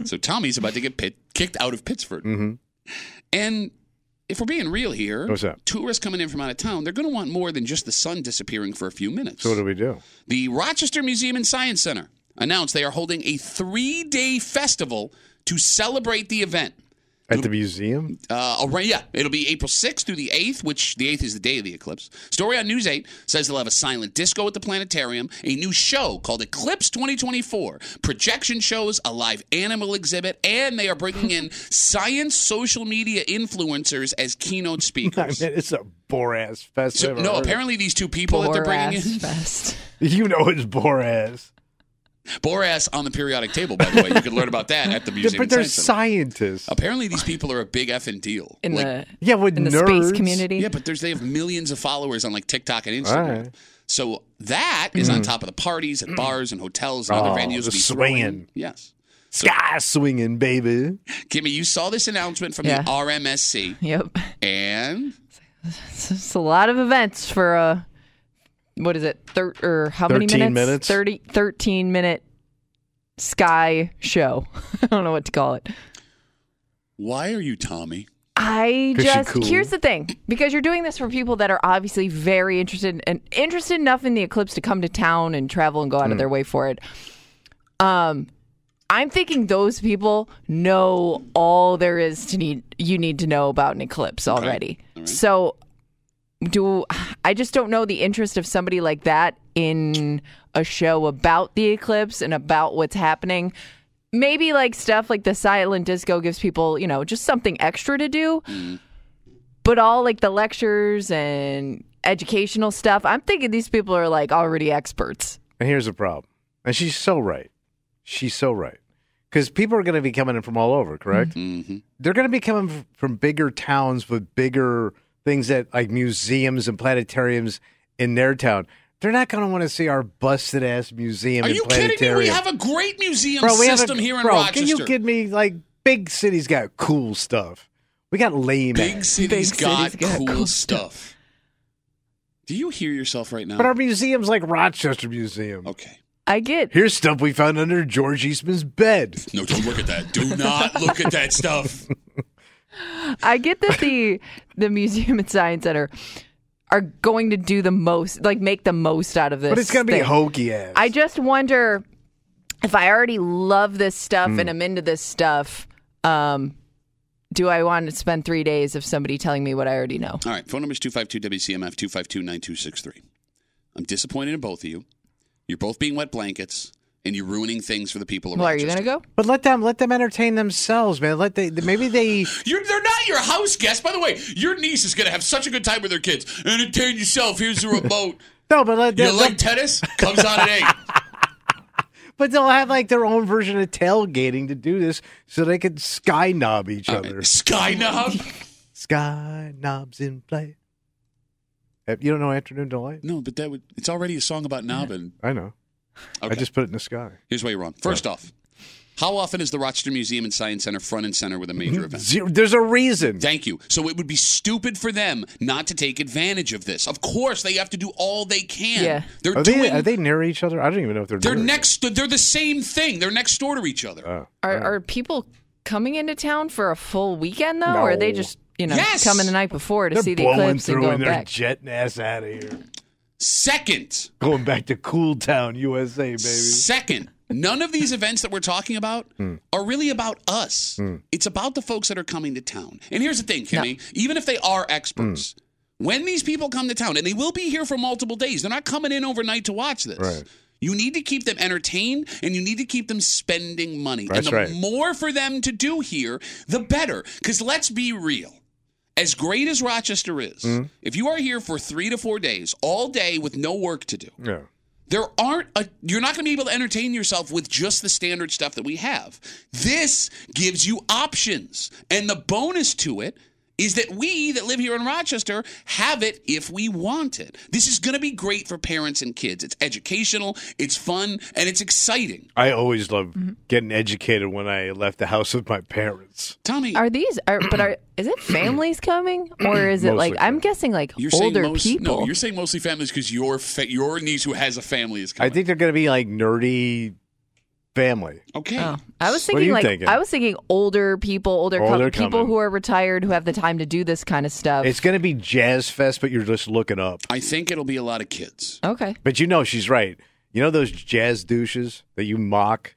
Speaker 2: so Tommy's about to get pit- kicked out of Pittsford.
Speaker 4: Mm-hmm.
Speaker 2: And if we're being real here,
Speaker 4: What's that?
Speaker 2: tourists coming in from out of town, they're going to want more than just the sun disappearing for a few minutes.
Speaker 4: So what do we do?
Speaker 2: The Rochester Museum and Science Center announced they are holding a three day festival to celebrate the event.
Speaker 4: At the museum?
Speaker 2: Uh, arra- yeah, it'll be April 6th through the 8th, which the 8th is the day of the eclipse. Story on News 8 says they'll have a silent disco at the planetarium, a new show called Eclipse 2024, projection shows, a live animal exhibit, and they are bringing in science social media influencers as keynote
Speaker 4: I
Speaker 2: speakers.
Speaker 4: mean, it's a bore ass fest.
Speaker 2: So-
Speaker 4: I've ever
Speaker 2: no,
Speaker 4: heard of.
Speaker 2: apparently these two people that they're bringing in,
Speaker 5: fest.
Speaker 4: You know it's bore ass.
Speaker 2: Boras on the periodic table, by the way. You can learn about that at the
Speaker 4: Yeah,
Speaker 2: museum.
Speaker 4: but they're
Speaker 2: and Science Center.
Speaker 4: scientists.
Speaker 2: Apparently these people are a big effing deal.
Speaker 5: in
Speaker 2: Like,
Speaker 5: the
Speaker 4: Yeah, with
Speaker 5: in the
Speaker 4: nerds.
Speaker 5: space community.
Speaker 2: Yeah, but there's they have millions of followers on like TikTok and
Speaker 4: All
Speaker 2: Instagram.
Speaker 4: right. Mm.
Speaker 2: So that is on top of the parties and bars and hotels and
Speaker 4: Oh,
Speaker 2: other venues.
Speaker 4: the
Speaker 2: be
Speaker 4: swinging.
Speaker 2: Throwing. Yes.
Speaker 4: Sky swinging, baby.
Speaker 2: Kimmy, you saw this announcement from
Speaker 5: Yeah.
Speaker 2: the RMSC
Speaker 5: Yep.
Speaker 2: and
Speaker 5: It's just a lot of events for a what is it? Thir- or how many
Speaker 4: 13
Speaker 5: minutes?
Speaker 4: minutes.
Speaker 5: 30 13 minute sky show. I don't know what to call it.
Speaker 2: why are you Tommy?
Speaker 5: I
Speaker 4: 'Cause she
Speaker 5: just
Speaker 4: cool.
Speaker 5: here's the thing because you're doing this for people that are obviously very interested and interested enough in the eclipse to come to town and travel and go
Speaker 4: Mm.
Speaker 5: out of their way for it. Um, I'm thinking those people know all there is to need you need to know about an eclipse already. So do I just don't know the interest of somebody like that in a show about the eclipse and about what's happening. Maybe like stuff like the silent disco gives people, you know, just something extra to do.
Speaker 2: Hmm.
Speaker 5: But all like the lectures and educational stuff, I'm thinking these people are like already experts.
Speaker 4: And here's the problem. And she's so right. She's so right. Because people are going to be coming in from all over, correct?
Speaker 2: Mm-hmm.
Speaker 4: They're going to be coming f- from bigger towns with bigger things that, like museums and planetariums in their town. They're not going to want to see our busted ass museum
Speaker 2: Are
Speaker 4: and
Speaker 2: you
Speaker 4: planetarium.
Speaker 2: kidding me? We have a great museum
Speaker 4: bro, we have a-
Speaker 2: system here in
Speaker 4: bro,
Speaker 2: Rochester.
Speaker 4: Can you kid me? Like, big cities got cool stuff. We got lame
Speaker 2: Big
Speaker 4: ass.
Speaker 2: cities
Speaker 5: Big
Speaker 2: got
Speaker 5: cities got
Speaker 2: cool,
Speaker 5: cool
Speaker 2: stuff. Do you hear yourself right now?
Speaker 4: But our museum's like Rochester Museum.
Speaker 2: okay.
Speaker 5: I get
Speaker 4: Here's stuff we found under George Eastman's bed.
Speaker 2: No, don't look at that. Do not look at that stuff.
Speaker 5: I get that the the museum and science center are going to do the most, like make the most out of this.
Speaker 4: But it's going to be
Speaker 5: thing.
Speaker 4: hokey ass.
Speaker 5: I just wonder if I already love this stuff and I'm into this stuff. Um, do I want to spend three days of somebody telling me what I already know?
Speaker 2: All right, phone number is 252-WCMF, 252-9263. I'm disappointed in both of you. You're both being wet blankets, and you're ruining things for the people around
Speaker 5: Well, are you going to go?
Speaker 4: But let them let them entertain themselves, man. Let they maybe they
Speaker 2: You're, they're not your house guests. By the way, your niece is going to have such a good time with her kids. Entertain yourself. Here's the remote.
Speaker 4: no, but let
Speaker 2: you
Speaker 4: them,
Speaker 2: like tennis? Comes on at 8.
Speaker 4: but they'll have like their own version of tailgating to do this, so they can sky knob each other.
Speaker 2: Uh, Sky knob?
Speaker 4: Sky knobs in play. Uh, You don't know Afternoon Delight?
Speaker 2: No, but that would, it's already a song about knobbing.
Speaker 4: I know.
Speaker 2: Okay.
Speaker 4: I just put it in the sky.
Speaker 2: Here's why you're wrong. First off, how often is the Rochester Museum and Science Center front and center with a major event?
Speaker 4: Zero, there's a reason.
Speaker 2: Thank you. So it would be stupid for them not to take advantage of this. Of course, they have to do all they can.
Speaker 5: Yeah.
Speaker 2: They're
Speaker 4: Are
Speaker 2: doing.
Speaker 4: they are they near each other? I don't even know if they're
Speaker 2: they are
Speaker 4: near.
Speaker 2: next. They're the same thing. They're next door to each other.
Speaker 4: Oh,
Speaker 5: Are,
Speaker 4: oh.
Speaker 5: are people coming into town for a full weekend though, or are they
Speaker 4: No.
Speaker 5: just you know
Speaker 2: Yes!
Speaker 5: coming the night before to
Speaker 4: they're
Speaker 5: see the
Speaker 4: blowing
Speaker 5: eclipse
Speaker 4: through
Speaker 5: and going
Speaker 4: and they're
Speaker 5: back?
Speaker 4: jetting ass out of here,
Speaker 2: Second,
Speaker 4: going back to Cool Town, USA, baby.
Speaker 2: second, none of these events that we're talking about
Speaker 4: Hmm.
Speaker 2: are really about us.
Speaker 4: Mm.
Speaker 2: It's about the folks that are coming to town. And here's the thing, Kimmy. Even if they are experts.
Speaker 4: Mm.
Speaker 2: When these people come to town, and they will be here for multiple days, they're not coming in overnight to watch this.
Speaker 4: Right.
Speaker 2: You need to keep them entertained and you need to keep them spending money.
Speaker 4: That's
Speaker 2: and the
Speaker 4: right.
Speaker 2: more for them to do here, the better. Because let's be real. As great as Rochester is, if you are here for three to four days, all day with no work to do,
Speaker 4: Yeah.
Speaker 2: There aren't a, you're not going to be able to entertain yourself with just the standard stuff that we have. This gives you options. And the bonus to it is that we that live here in Rochester have it if we want it. This is going to be great for parents and kids. It's educational, it's fun, and it's exciting.
Speaker 4: I always love
Speaker 2: Mm-hmm.
Speaker 4: getting educated when I left the house with my parents.
Speaker 2: Tommy,
Speaker 5: Are these? Are, but are is it families coming or is it
Speaker 4: Mostly
Speaker 5: like I'm guessing like
Speaker 2: you're
Speaker 5: older
Speaker 2: saying most,
Speaker 5: people?
Speaker 2: No, you're saying mostly families because your fa- your niece who has a family is
Speaker 4: I
Speaker 2: coming.
Speaker 4: think they're going to be like nerdy family.
Speaker 2: okay.
Speaker 5: Oh, I was
Speaker 4: What are
Speaker 5: thinking
Speaker 4: you
Speaker 5: like
Speaker 4: thinking?
Speaker 5: I was thinking older people, older, cou-
Speaker 4: Older
Speaker 5: people
Speaker 4: coming.
Speaker 5: who are retired who have the time to do this kind of stuff.
Speaker 4: It's going to be jazz fest, but you're just looking up.
Speaker 2: I think it'll be a lot of kids.
Speaker 5: okay.
Speaker 4: But you know she's right. You know those jazz douches that you mock?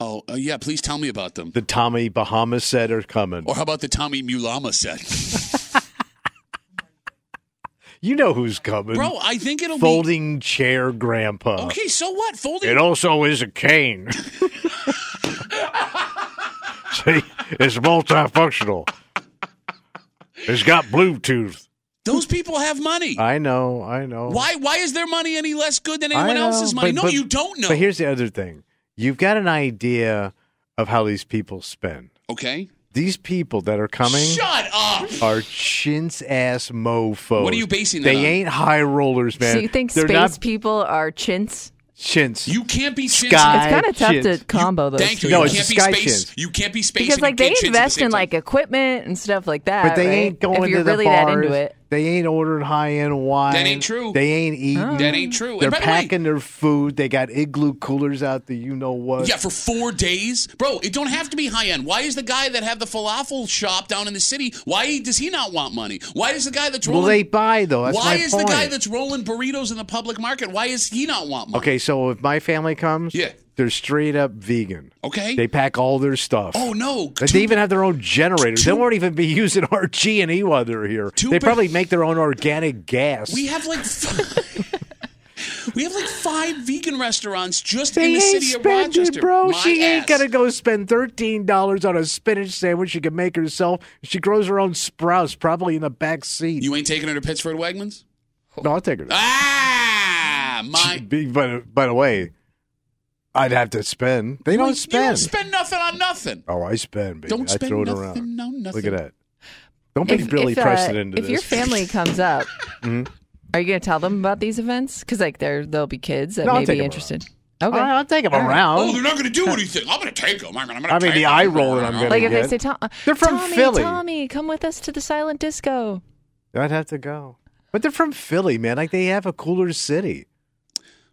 Speaker 2: Oh, uh, yeah. Please tell me about them.
Speaker 4: The Tommy Bahamas said are coming.
Speaker 2: Or how about the Tommy Mulama set?
Speaker 4: You know who's coming.
Speaker 2: Bro, I think it'll
Speaker 4: Folding chair
Speaker 2: be.
Speaker 4: grandpa.
Speaker 2: Okay, so what? Folding.
Speaker 4: Uh, It also is a cane. See, it's multifunctional. It's got Bluetooth.
Speaker 2: Those people have money.
Speaker 4: I know, I know.
Speaker 2: Why? Why is their money any less good than
Speaker 4: Uh, I
Speaker 2: anyone
Speaker 4: know,
Speaker 2: else's money?
Speaker 4: but-
Speaker 2: no,
Speaker 4: but-
Speaker 2: you don't know.
Speaker 4: But here's the other thing you've got an idea of how these people spend.
Speaker 2: okay.
Speaker 4: These people that are coming. Uh,
Speaker 2: Shut up.
Speaker 4: are chintz ass mofos.
Speaker 2: What are you basing that
Speaker 4: They
Speaker 2: on?
Speaker 4: ain't high rollers, man.
Speaker 5: So you think
Speaker 4: They're
Speaker 5: space
Speaker 4: not
Speaker 5: people are chintz?
Speaker 4: chintz?
Speaker 2: You can't be sensitive.
Speaker 4: Sky-
Speaker 5: It's kind
Speaker 4: I-
Speaker 5: of tough
Speaker 4: chintz.
Speaker 5: to
Speaker 4: You-
Speaker 5: combo those.
Speaker 2: Thank you.
Speaker 5: two.
Speaker 4: No,
Speaker 2: you
Speaker 4: it's
Speaker 2: can't
Speaker 4: the
Speaker 2: be
Speaker 4: sky
Speaker 2: space.
Speaker 4: kids.
Speaker 2: You can't be space
Speaker 5: because
Speaker 2: and
Speaker 5: like
Speaker 2: you
Speaker 5: they
Speaker 2: can't chintz at the
Speaker 5: invest
Speaker 2: same
Speaker 5: in like
Speaker 2: time.
Speaker 5: equipment and stuff like that.
Speaker 4: but they
Speaker 5: right?
Speaker 4: ain't going
Speaker 5: if you're
Speaker 4: to the
Speaker 5: really
Speaker 4: bars.
Speaker 5: that into it. Oh.
Speaker 4: They ain't ordering high end wine.
Speaker 2: That ain't true.
Speaker 4: They ain't eating.
Speaker 2: That ain't true. And
Speaker 4: They're
Speaker 2: by the way-
Speaker 4: packing their food. They got igloo coolers out there. You know what?
Speaker 2: Yeah, for four days, bro. It don't have to be high end. Why is the guy that have the falafel shop down in the city? Why does he not want money? Why does the guy that's rolling?
Speaker 4: Well, they buy though. That's
Speaker 2: why
Speaker 4: my
Speaker 2: is
Speaker 4: point.
Speaker 2: the guy that's rolling burritos in the public market? Why is he not want money?
Speaker 4: okay? So if my family comes,
Speaker 2: Yeah.
Speaker 4: they're straight up vegan.
Speaker 2: Okay.
Speaker 4: They pack all their stuff.
Speaker 2: oh no.
Speaker 4: Like,
Speaker 2: Two-
Speaker 4: Uh, they even have their own generators. They
Speaker 2: two-
Speaker 4: won't even be using RG and E while they're here.
Speaker 2: Two
Speaker 4: They
Speaker 2: bi-
Speaker 4: probably make their own organic gas.
Speaker 2: we have like. Five- We have like five vegan restaurants just
Speaker 4: they
Speaker 2: in the
Speaker 4: ain't
Speaker 2: city of
Speaker 4: spend
Speaker 2: Rochester.
Speaker 4: it, bro.
Speaker 2: My
Speaker 4: she ain't
Speaker 2: ass.
Speaker 4: gonna go spend thirteen dollars on a spinach sandwich she can make herself. She grows her own sprouts, probably in the back seat.
Speaker 2: You ain't taking her to Pittsford Wegmans?
Speaker 4: no, I'll take her.
Speaker 2: Ah, my.
Speaker 4: Be- by, by the way, I'd have to spend. They
Speaker 2: You
Speaker 4: don't spend.
Speaker 2: don't spend nothing on nothing.
Speaker 4: Oh, I spend. Baby.
Speaker 2: Don't
Speaker 4: I
Speaker 2: spend
Speaker 4: throw it
Speaker 2: nothing
Speaker 4: around.
Speaker 2: on nothing.
Speaker 4: Look at that. Don't be
Speaker 5: If,
Speaker 4: Billy really
Speaker 5: if, uh,
Speaker 4: Preston into
Speaker 5: if
Speaker 4: this.
Speaker 5: your family comes up,
Speaker 4: Mhm.
Speaker 5: are you going to tell them about these events? Because like there there'll be kids that
Speaker 4: No, I'll
Speaker 5: may
Speaker 4: take 'em
Speaker 5: be
Speaker 4: around.
Speaker 5: interested.
Speaker 4: All
Speaker 5: Okay.
Speaker 4: right, I'll take them
Speaker 5: All right.
Speaker 4: around.
Speaker 2: Oh, they're not going to do anything. I'm going to take them. I'm gonna, I'm gonna
Speaker 4: I mean,
Speaker 2: take
Speaker 4: the
Speaker 2: 'em.
Speaker 4: eye roll that I'm gonna
Speaker 5: Like if they
Speaker 4: get-
Speaker 5: say, Tom, uh,
Speaker 4: They're from
Speaker 5: Tommy,
Speaker 4: Philly."
Speaker 5: Tommy, come with us to the silent disco.
Speaker 4: I'd have to go. But they're from Philly, man. Like they have a cooler city.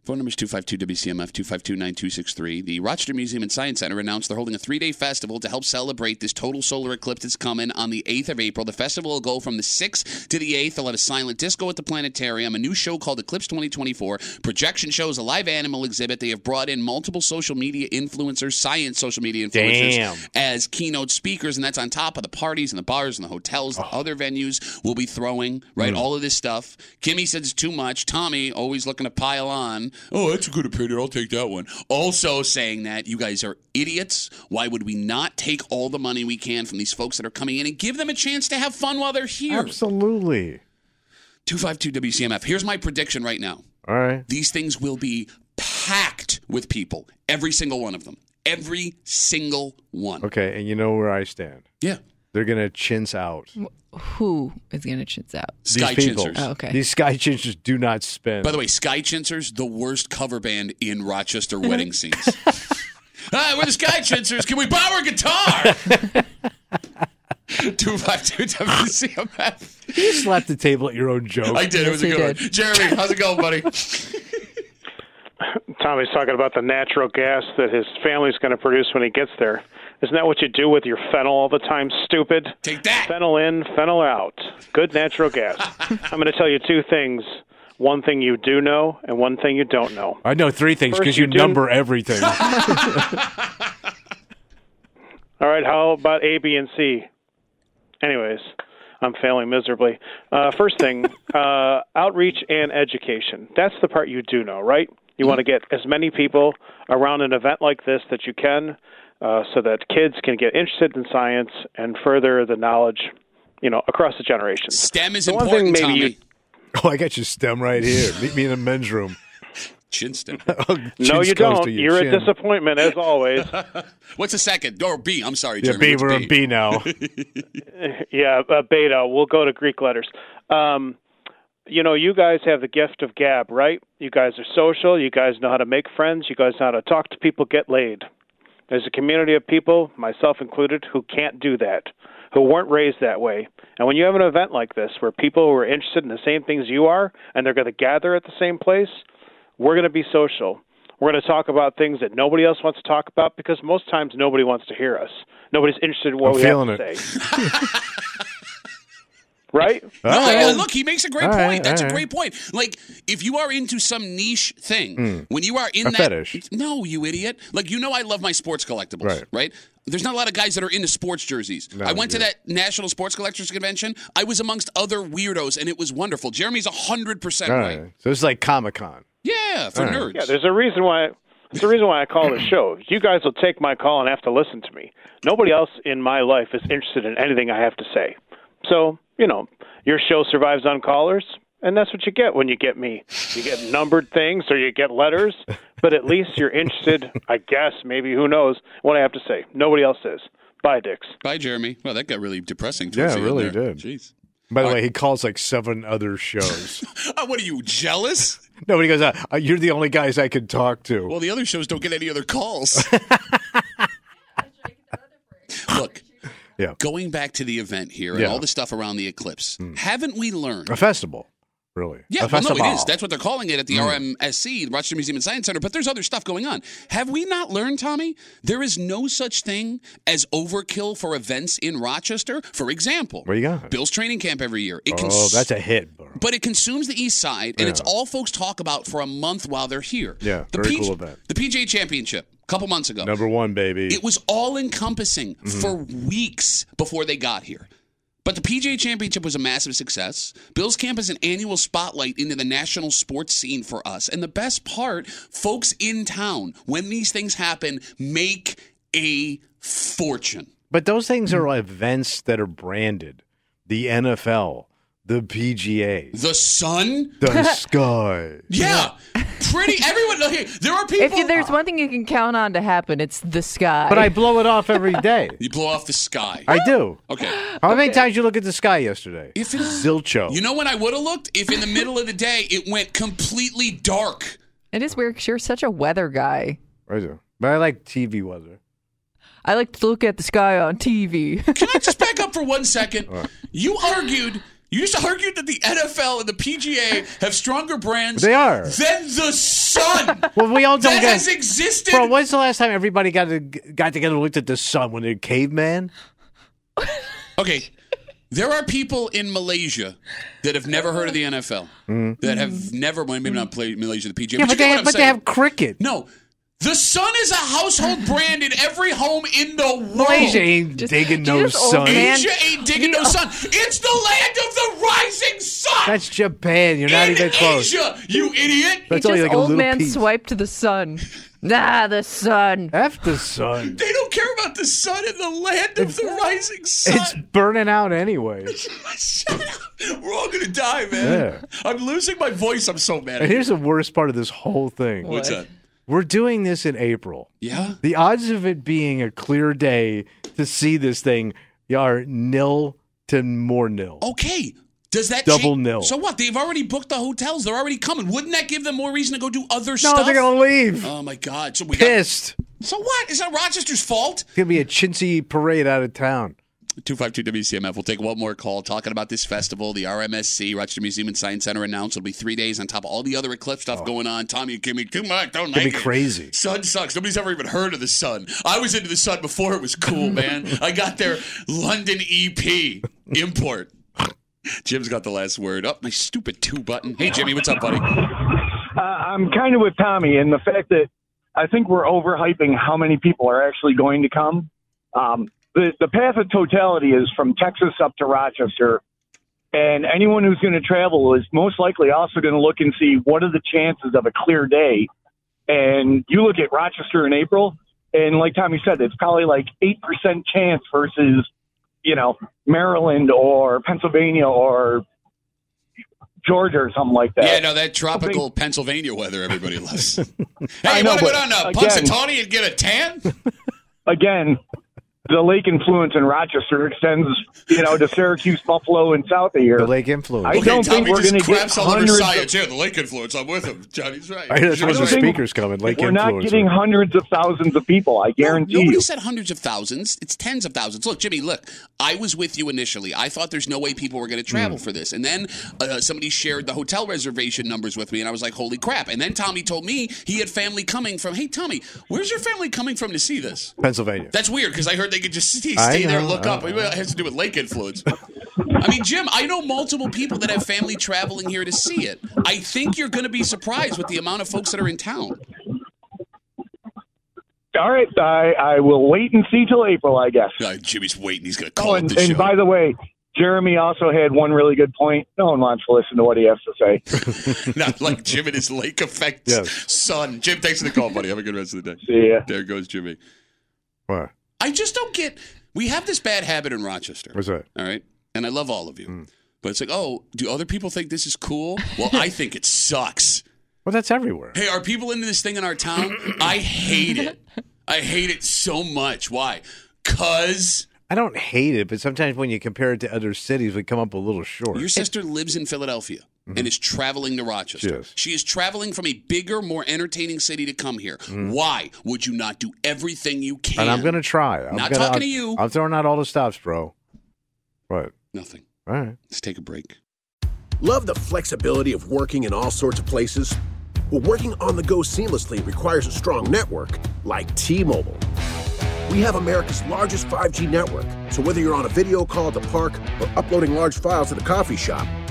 Speaker 2: Phone number is 252-WCMF, 252-9263. The Rochester Museum and Science Center announced they're holding a three-day festival to help celebrate this total solar eclipse that's coming on the 8th of April. The festival will go from the 6th to the 8th. They'll have a silent disco at the planetarium, a new show called Eclipse 2024, projection shows, a live animal exhibit. They have brought in multiple social media influencers, science social media influencers,
Speaker 4: Damn.
Speaker 2: as keynote speakers, and that's on top of the parties and the bars and the hotels, the other venues will be throwing, right? All of this stuff. Kimmy says it's too much. Tommy, always looking to pile on. Oh, that's a good opinion. I'll take that one. Also saying that you guys are idiots. Why would we not take all the money we can from these folks that are coming in and give them a chance to have fun while they're here?
Speaker 4: Absolutely.
Speaker 2: 252 WCMF. Here's my prediction right now
Speaker 4: All right.
Speaker 2: these things will be packed with people, every single one of them. Every single one.
Speaker 4: Okay, and you know where I stand.
Speaker 2: Yeah.
Speaker 4: They're gonna chintz out.
Speaker 5: Who is going to chintz out?
Speaker 2: Sky
Speaker 4: These people.
Speaker 2: Chintzers.
Speaker 5: Oh, okay.
Speaker 4: These sky chintzers do not spend.
Speaker 2: By the way, Sky Chintzers, the worst cover band in Rochester wedding scenes. Hi, we're the Sky Chintzers. Can we borrow a guitar? 252 WCMF.
Speaker 4: you slapped the table at your own joke.
Speaker 2: I did. It was a
Speaker 5: Yes, he
Speaker 2: good one.
Speaker 5: did.
Speaker 2: Jeremy, how's it going, buddy?
Speaker 7: Tommy's talking about the natural gas that his family's going to produce when he gets there. Isn't that what you do with your fennel all the time, stupid?
Speaker 2: Take that.
Speaker 7: Fennel in, fennel out. Good natural gas. I'm going to tell you two things. One thing you do know, and one thing you don't know.
Speaker 4: I know three things
Speaker 7: First
Speaker 4: because you,
Speaker 7: you do-
Speaker 4: number everything. Oh,
Speaker 7: All right, how about A, B, and C? Anyways, I'm failing miserably. Uh, first thing, uh, outreach and education. That's the part you do know, right? You want to get as many people around an event like this that you can uh, so that kids can get interested in science and further the knowledge, you know, across the generations.
Speaker 2: STEM is
Speaker 7: The one
Speaker 2: important,
Speaker 7: thing maybe
Speaker 2: Tommy.
Speaker 7: you-
Speaker 4: oh, I got your stem right here. Meet me in the men's room.
Speaker 2: Chin stamp.
Speaker 7: no, you don't. You're a disappointment as always.
Speaker 2: What's the second? Or B? I'm sorry,
Speaker 4: Yeah,
Speaker 2: Jeremy.
Speaker 4: B,
Speaker 2: What's
Speaker 4: we're in B now.
Speaker 7: yeah, uh, beta. We'll go to Greek letters. Um, you know, you guys have the gift of gab, right? You guys are social. You guys know how to make friends. You guys know how to talk to people, get laid. There's a community of people, myself included, who can't do that, who weren't raised that way. And when you have an event like this where people who are interested in the same things you are and they're going to gather at the same place, we're going to be social. We're going to talk about things that nobody else wants to talk about because most times nobody wants to hear us. Nobody's interested in what
Speaker 4: I'm
Speaker 7: we
Speaker 4: feeling
Speaker 7: have to
Speaker 4: it.
Speaker 7: say. right?
Speaker 2: No,
Speaker 4: All
Speaker 2: I-
Speaker 4: right.
Speaker 2: look, he makes a great
Speaker 4: All
Speaker 2: point.
Speaker 4: right,
Speaker 2: That's
Speaker 4: all
Speaker 2: a
Speaker 4: right.
Speaker 2: great point. Like, if you are into some niche thing,
Speaker 4: Mm.
Speaker 2: when you are in
Speaker 4: A
Speaker 2: that
Speaker 4: fetish.
Speaker 2: no, you idiot. Like, you know, I love my sports collectibles, right?
Speaker 4: Right.
Speaker 2: There's not a lot of guys that are into sports jerseys.
Speaker 4: No,
Speaker 2: I went to
Speaker 4: yeah.
Speaker 2: that National Sports Collectors Convention. I was amongst other weirdos, and it was wonderful. Jeremy's hundred percent
Speaker 4: All
Speaker 2: right.
Speaker 4: right. So this is like Comic Con.
Speaker 2: Yeah, for
Speaker 4: All right.
Speaker 2: nerds.
Speaker 7: Yeah, there's a reason why. There's a reason why I call the show. You guys will take my call and have to listen to me. Nobody else in my life is interested in anything I have to say. So you know, your show survives on callers, and that's what you get when you get me. You get numbered things or you get letters, but at least you're interested. I guess maybe who knows what I have to say. Nobody else is. Bye, dicks.
Speaker 2: Bye, Jeremy. Well, that got really depressing.
Speaker 4: Yeah,
Speaker 2: towards
Speaker 4: it
Speaker 2: the
Speaker 4: really
Speaker 2: end there.
Speaker 4: did.
Speaker 2: Jeez.
Speaker 4: By the way, he calls like seven other shows.
Speaker 2: Uh, what are you jealous?
Speaker 4: no, but he goes, uh, uh, "You're the only guys I could talk to."
Speaker 2: Well, the other shows don't get any other calls. Look,
Speaker 4: Yeah.
Speaker 2: going back to the event here and
Speaker 4: Yeah. Hmm.
Speaker 2: all the stuff around the eclipse, haven't we learned?
Speaker 4: a festival, really?
Speaker 2: Yeah,
Speaker 4: a
Speaker 2: well, no,
Speaker 4: festival.
Speaker 2: it is. That's what they're calling it at the
Speaker 4: Hmm.
Speaker 2: RMSC, E, the Rochester Museum and Science Center, but there's other stuff going on. Have we not learned, Tommy? There is no such thing as overkill for events in Rochester. For example,
Speaker 4: Where you got?
Speaker 2: Bill's training camp every year. It can
Speaker 4: Oh, that's a hit, bro.
Speaker 2: but it consumes the east side and it's
Speaker 4: Yeah.
Speaker 2: all folks talk about for a month while they're here
Speaker 4: Yeah,
Speaker 2: the
Speaker 4: very cool event.
Speaker 2: the pj championship a couple months ago
Speaker 4: Number one, baby.
Speaker 2: it was all encompassing for weeks before they got here but the PGA Championship was a massive success. Bill's Camp is an annual spotlight into the national sports scene for us. And the best part, folks in town, when these things happen, make a fortune.
Speaker 4: But those things
Speaker 2: Hmm.
Speaker 4: are events that are branded. The NFL, the PGA,
Speaker 2: The sun?
Speaker 4: the sky.
Speaker 2: Yeah. Pretty everyone there are people
Speaker 5: If you, there's one thing you can count on to happen, it's the sky.
Speaker 4: But I blow it off every day.
Speaker 2: You blow off the sky.
Speaker 4: I do.
Speaker 2: Okay.
Speaker 4: How many times you look at the sky yesterday?
Speaker 2: If it is,
Speaker 4: Zilcho.
Speaker 2: you know when I would have looked if in the middle of the day it went completely dark.
Speaker 5: it is weird because you're such a weather guy.
Speaker 4: I do. But I like TV weather.
Speaker 5: I like to look at the sky on TV.
Speaker 2: Can I just back up for one second? You argued. You just argued that the NFL and the PGA have stronger brands.
Speaker 4: They are.
Speaker 2: than the sun.
Speaker 4: Well, we all don't
Speaker 2: that
Speaker 4: get.
Speaker 2: has existed.
Speaker 4: Bro, when's the last time everybody got to, got together and looked at the sun when they're caveman?
Speaker 2: Okay, there are people in Malaysia that have never heard of the NFL. That have never, well, maybe not played Malaysia, the
Speaker 4: Mm-hmm.
Speaker 2: PGA.
Speaker 4: Yeah,
Speaker 2: but,
Speaker 4: but
Speaker 2: you
Speaker 4: they
Speaker 2: get what
Speaker 4: have,
Speaker 2: I'm
Speaker 4: but they
Speaker 2: saying.
Speaker 4: have cricket.
Speaker 2: no. The sun is a household brand in every home in the world.
Speaker 4: Malaysia ain't digging
Speaker 5: you
Speaker 4: no
Speaker 5: just old
Speaker 4: sun.
Speaker 5: man.
Speaker 2: Asia ain't digging no sun. It's the land of the rising sun.
Speaker 4: That's Japan. You're not
Speaker 2: in
Speaker 4: even close.
Speaker 2: Asia, you idiot.
Speaker 4: That's
Speaker 5: he
Speaker 4: only
Speaker 5: just
Speaker 4: like a
Speaker 5: old
Speaker 4: little
Speaker 5: man
Speaker 4: piece.
Speaker 5: swiped to the sun. Nah, the sun.
Speaker 4: F the sun.
Speaker 2: They don't care about the sun and the land of the rising
Speaker 4: It's
Speaker 2: sun.
Speaker 4: burning out anyway.
Speaker 2: Shut up. We're all gonna die, man. I'm losing my voice. I'm so mad.
Speaker 4: And here's the worst part of this whole thing.
Speaker 2: What's up?
Speaker 4: We're doing this in April.
Speaker 2: Yeah.
Speaker 4: The odds of it being a clear day to see this thing are nil to more nil.
Speaker 2: Okay. Does that
Speaker 4: Double
Speaker 2: change-
Speaker 4: nil.
Speaker 2: So what? They've already booked the hotels. They're already coming. Wouldn't that give them more reason to go do other
Speaker 4: no,
Speaker 2: stuff?
Speaker 4: they're gonna leave.
Speaker 2: Oh my God! So we got.
Speaker 4: Pissed.
Speaker 2: So what? Is that Rochester's fault?
Speaker 4: It's gonna be a chintzy parade out of town.
Speaker 2: 252 WCMF. We'll take one more call talking about this festival, the RMSC, Rochester Museum and Science Center announced. It'll be three days on top of all the other eclipse stuff going on. Tommy, you give me too much. Don't
Speaker 4: It's gonna
Speaker 2: like
Speaker 4: Oh. be
Speaker 2: it.
Speaker 4: crazy.
Speaker 2: Sun sucks. Nobody's ever even heard of the sun. I was into the sun before it was cool, man. I got their London EP import. Jim's got the last word. Up, my stupid two button. Hey, Jimmy, what's up, buddy?
Speaker 6: Uh, I'm kind of with Tommy in the fact that I think we're overhyping how many people are actually going to come. Um, the, the path of totality is from Texas up to Rochester. And anyone who's going to travel is most likely also going to look and see what are the chances of a clear day. And you look at Rochester in April, and like Tommy said, it's probably like 8% chance versus, you know, Maryland or Pennsylvania or
Speaker 8: Georgia or something like that.
Speaker 2: Yeah, no, that tropical Pennsylvania weather everybody loves. hey,
Speaker 8: I
Speaker 2: you
Speaker 8: know,
Speaker 2: want to go
Speaker 8: but
Speaker 2: down to
Speaker 8: again-
Speaker 2: Punxsutawney and get a tan?
Speaker 8: Again, the lake influence in Rochester extends, you know, to Syracuse, Buffalo, and south of here. The
Speaker 4: lake influence.
Speaker 8: I don't
Speaker 2: Tommy
Speaker 8: think we're
Speaker 2: just
Speaker 8: going to get
Speaker 2: craps all over
Speaker 8: hundreds of
Speaker 2: science. Yeah, the lake influence. I'm with him. Johnny's right.
Speaker 4: I that's
Speaker 2: You're
Speaker 4: where the
Speaker 2: right.
Speaker 4: speakers coming. Like
Speaker 8: We're not getting hundreds of thousands of people. I guarantee
Speaker 2: Nobody
Speaker 8: you.
Speaker 2: said hundreds of thousands. It's tens of thousands. Look, Jimmy, look, I was with you initially. I thought there's no way people were going to
Speaker 4: Hmm.
Speaker 2: travel for this. And then uh, somebody shared the hotel reservation numbers with me, and I was like, holy crap. And then Tommy told me he had family coming from, hey, Tommy, where's your family coming from to see this?
Speaker 4: Pennsylvania.
Speaker 2: That's weird because I heard they could just stay,
Speaker 4: I
Speaker 2: stay there and
Speaker 4: know,
Speaker 2: look
Speaker 4: I
Speaker 2: up. It has to do with lake influence. I mean, Jim, I know multiple people that have family traveling here to see it. I think you're going to be surprised with the amount of folks that are in town.
Speaker 8: All right, I, I will wait and see till April, I guess.
Speaker 2: Uh, Jimmy's waiting. He's going to
Speaker 8: Oh,
Speaker 2: call
Speaker 8: and,
Speaker 2: it the
Speaker 8: and
Speaker 2: show.
Speaker 8: by the way, Jeremy also had one really good point. No one wants to listen to what he has to say.
Speaker 2: Not like Jim and his lake effect son. Jim, thanks for the call, buddy. Have a good rest of the day.
Speaker 8: See ya.
Speaker 2: There goes Jimmy.
Speaker 4: What?
Speaker 2: I just don't get. We have this bad habit in Rochester.
Speaker 4: What's that?
Speaker 2: All right, and I love all of you,
Speaker 4: Mm.
Speaker 2: but it's like, oh, do other people think this is cool? Well, I think it sucks.
Speaker 4: Well, that's everywhere.
Speaker 2: Hey, are people into this thing in our town? I hate it. I hate it so much. Why? Cause
Speaker 4: I don't hate it, but sometimes when you compare it to other cities, we come up a little short.
Speaker 2: your sister lives in Philadelphia
Speaker 4: Mm-hmm.
Speaker 2: and is traveling to Rochester.
Speaker 4: Yes.
Speaker 2: She is traveling from a bigger, more entertaining city to come here. Why would you not do everything you can?
Speaker 4: Mm. and I'm going to try. I'm
Speaker 2: Not
Speaker 4: gonna,
Speaker 2: talking
Speaker 4: I'm-
Speaker 2: to you.
Speaker 4: I'm throwing out all the stops, bro. Right.
Speaker 2: Nothing.
Speaker 4: All right.
Speaker 2: Let's take a break.
Speaker 9: Love the flexibility of working in all sorts of places? Well, working on the go seamlessly requires a strong network like T Mobile. We have America's largest 5G network, so whether you're on a video call at the park or uploading large files at a coffee shop,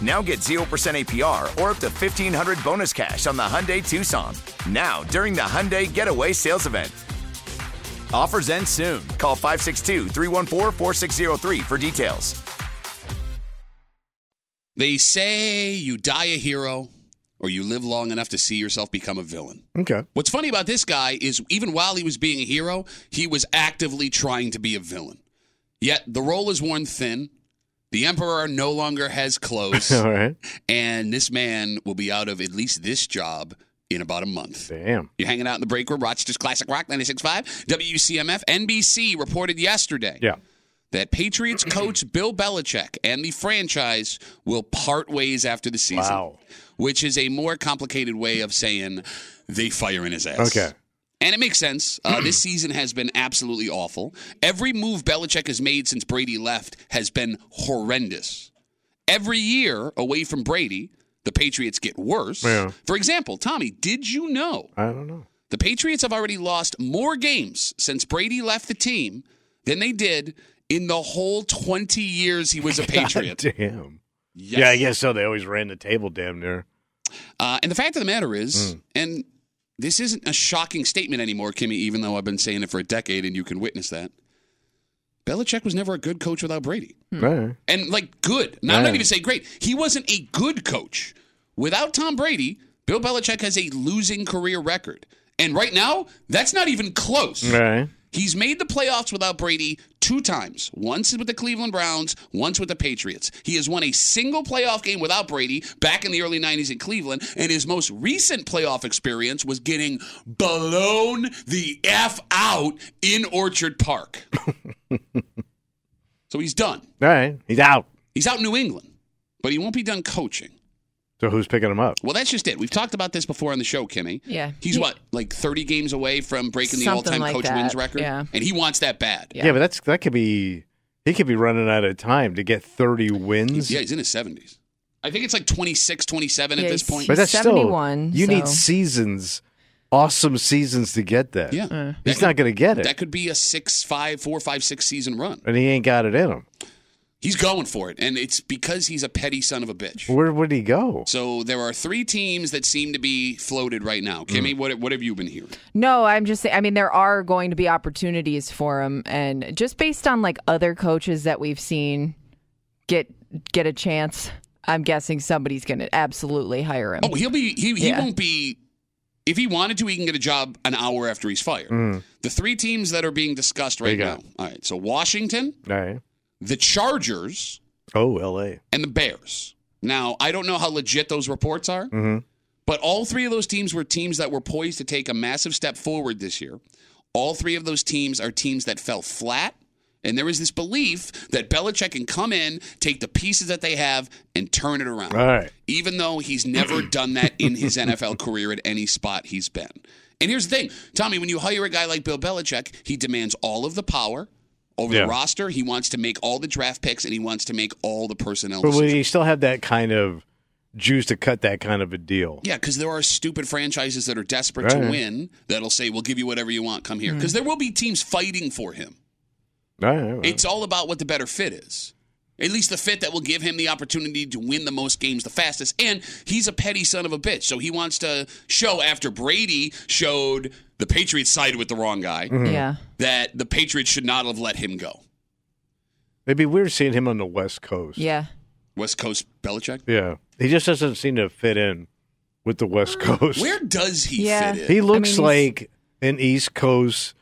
Speaker 10: Now get 0% APR or up to 1500 bonus cash on the Hyundai Tucson. Now, during the Hyundai Getaway Sales Event. Offers end soon. Call 562 314 4603 for details.
Speaker 2: They say you die a hero or you live long enough to see yourself become a villain.
Speaker 4: Okay.
Speaker 2: What's funny about this guy is even while he was being a hero, he was actively trying to be a villain. Yet the role is worn thin. The emperor no longer has clothes.
Speaker 4: All right.
Speaker 2: And this man will be out of at least this job in about a month.
Speaker 4: Damn.
Speaker 2: You're hanging out in the break room, Rochester's Classic Rock 96.5. WCMF NBC reported yesterday
Speaker 4: Yeah.
Speaker 2: that Patriots coach Bill Belichick and the franchise will part ways after the season.
Speaker 4: Wow.
Speaker 2: Which is a more complicated way of saying they fire in his ass.
Speaker 4: Okay.
Speaker 2: And it makes sense. Uh, this season has been absolutely awful. Every move Belichick has made since Brady left has been horrendous. Every year away from Brady, the Patriots get worse.
Speaker 4: Yeah.
Speaker 2: For example, Tommy, did you know
Speaker 4: I don't know.
Speaker 2: the Patriots have already lost more games since Brady left the team than they did in the whole 20 years he was a Patriot.
Speaker 4: God damn. Yeah, I guess so. They always ran the table damn near. Mm.
Speaker 2: Uh, and the fact of the matter is, and this isn't a shocking statement anymore, Kimmy, even though I've been saying it for a decade and you can witness that. Belichick was never a good coach without Brady.
Speaker 11: Hmm.
Speaker 4: Right.
Speaker 2: And like good. Now, I'm not
Speaker 4: Yeah.
Speaker 2: even saying great. He wasn't a good coach. Without Tom Brady, Bill Belichick has a losing career record. And right now, that's not even close.
Speaker 4: Right.
Speaker 2: He's made the playoffs without Brady two times. Once with the Cleveland Browns, once with the Patriots. He has won a single playoff game without Brady back in the early 90s in Cleveland, and his most recent playoff experience was getting blown the F out in Orchard Park. so he's done.
Speaker 4: All right. He's out.
Speaker 2: He's out in New England, but he won't be done coaching.
Speaker 4: So who's picking him up?
Speaker 2: Well, that's just it. We've talked about this before on the show, Kimmy.
Speaker 5: Yeah.
Speaker 2: He's
Speaker 5: He-
Speaker 2: what, like 30 games away from breaking the
Speaker 5: Something
Speaker 2: all time
Speaker 5: like
Speaker 2: coach
Speaker 5: that,
Speaker 2: wins record?
Speaker 5: yeah.
Speaker 2: And he wants that bad.
Speaker 4: Yeah. but that's that could be he could be running out of time to get 30 wins.
Speaker 2: Yeah, he's in his 70s. I think it's like 26, 27 at this point.
Speaker 4: but that's still
Speaker 5: 71,
Speaker 4: you need
Speaker 5: so-
Speaker 4: seasons, awesome seasons to get that.
Speaker 2: Yeah.
Speaker 4: he's not going to get it,
Speaker 2: That could be a six, five, four, five, six season run.
Speaker 4: and he ain't got it in him.
Speaker 2: He's going for it, and it's because he's a petty son of a bitch.
Speaker 4: Where would he go?
Speaker 2: So there are three teams that seem to be floated right now.
Speaker 4: Mm.
Speaker 2: Kimmy, what what have you been hearing?
Speaker 5: No, I'm just saying. I mean, there are going to be opportunities for him, and just based on like other coaches that we've seen get get a chance, I'm guessing somebody's going to absolutely hire him.
Speaker 2: Oh, he'll be he, he
Speaker 5: Yeah.
Speaker 2: won't be if he wanted to, he can get a job an hour after he's fired.
Speaker 4: Mm.
Speaker 2: The three teams that are being discussed right now. All right. So Washington,
Speaker 4: All right.
Speaker 2: the Chargers,
Speaker 4: Oh, L.A.
Speaker 2: and the Bears. Now, I don't know how legit those reports are.
Speaker 4: Mm-hmm.
Speaker 2: But all three of those teams were teams that were poised to take a massive step forward this year. All three of those teams are teams that fell flat. And there is this belief that Belichick can come in, take the pieces that they have, and turn it around.
Speaker 4: All right.
Speaker 2: Even though he's never done that in his NFL career at any spot he's been. And here's the thing Tommy, when you hire a guy like Bill Belichick, he demands all of the power over
Speaker 4: Yeah.
Speaker 2: the roster. He wants to make all the draft picks, and he wants to make all the personnel
Speaker 4: But will
Speaker 2: decisions.
Speaker 4: he still have that kind of juice to cut that kind of a deal?
Speaker 2: Yeah, because there are stupid franchises that are desperate to
Speaker 4: Right. Hmm.
Speaker 2: win that'll say, "We'll give you whatever you want. Come here." Because there will be teams fighting for him.
Speaker 4: All right, well.
Speaker 2: It's all about what the better fit is. At least the fit that will give him the opportunity to win the most games the fastest. And he's a petty son of a bitch. So he wants to show after Brady showed the Patriots sided with the wrong guy
Speaker 4: Mhm. Yeah.
Speaker 2: that the Patriots should not have let him go.
Speaker 4: It'd be weird seeing him on the West Coast.
Speaker 5: Yeah.
Speaker 2: West Coast Belichick?
Speaker 4: Yeah. He just doesn't seem to fit in with the West Coast.
Speaker 2: Where does he
Speaker 5: Yeah.
Speaker 2: fit in?
Speaker 4: He looks like an East Coast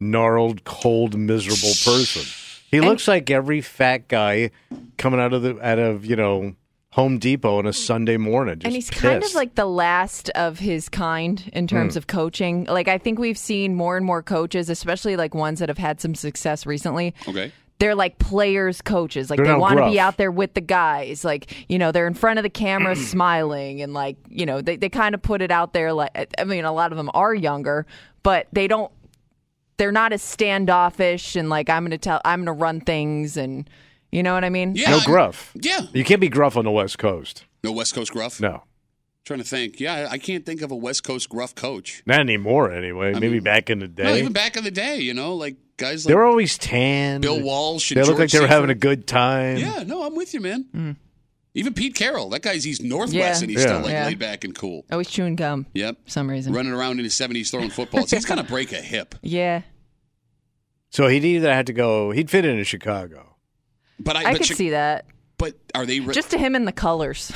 Speaker 4: gnarled, cold, miserable person. He looks like every fat guy coming out of the out of, you know, Home Depot on a Sunday morning.
Speaker 5: and he's
Speaker 4: just
Speaker 5: kind of
Speaker 4: pissed.
Speaker 5: like the last of his kind in terms
Speaker 2: Hmm.
Speaker 4: Mm.
Speaker 5: of coaching. Like I think we've seen more and more coaches, especially like ones that have had some success recently.
Speaker 2: Okay.
Speaker 5: They're like players coaches. Like
Speaker 4: They're
Speaker 5: they
Speaker 4: not
Speaker 5: want to
Speaker 4: gruff.
Speaker 5: be out there with the guys. Like, you know, they're in front of the camera smiling and like, you know, they they kind of put it out there like I mean, a lot of them are younger, but they don't they're not as standoffish and like I'm going to tell I'm going to run things and you know what I mean?
Speaker 2: Yeah,
Speaker 4: no gruff.
Speaker 2: Yeah.
Speaker 4: You can't be gruff on the West Coast.
Speaker 2: No West Coast gruff?
Speaker 4: No.
Speaker 2: Trying to think. Yeah, I- I can't think of a West Coast gruff coach.
Speaker 4: Not anymore anyway.
Speaker 2: I
Speaker 4: Maybe
Speaker 2: mean-
Speaker 4: back in the day.
Speaker 2: No, even back in the day, you know, like guys like
Speaker 4: they were always tan.
Speaker 2: Bill Walsh and
Speaker 4: They look
Speaker 2: George
Speaker 4: like they were
Speaker 2: Sanford.
Speaker 4: having a good time.
Speaker 2: Yeah, no, I'm with you, man. Even Pete Carroll, that guy's he's Northwest
Speaker 5: Hmm. Yeah.
Speaker 2: and he's
Speaker 4: Yeah.
Speaker 2: still like
Speaker 5: Yeah.
Speaker 2: laid back and cool.
Speaker 5: Always chewing gum.
Speaker 2: Yep.
Speaker 5: For some reason.
Speaker 2: Running around in his 70s throwing footballs. He's going to break a hip.
Speaker 5: Yeah.
Speaker 4: So he'd either have to go. He'd fit in in Chicago.
Speaker 2: But I,
Speaker 5: I
Speaker 2: but
Speaker 5: could
Speaker 2: Chi-
Speaker 5: see that.
Speaker 2: But are they re-
Speaker 5: Just to him and the colors.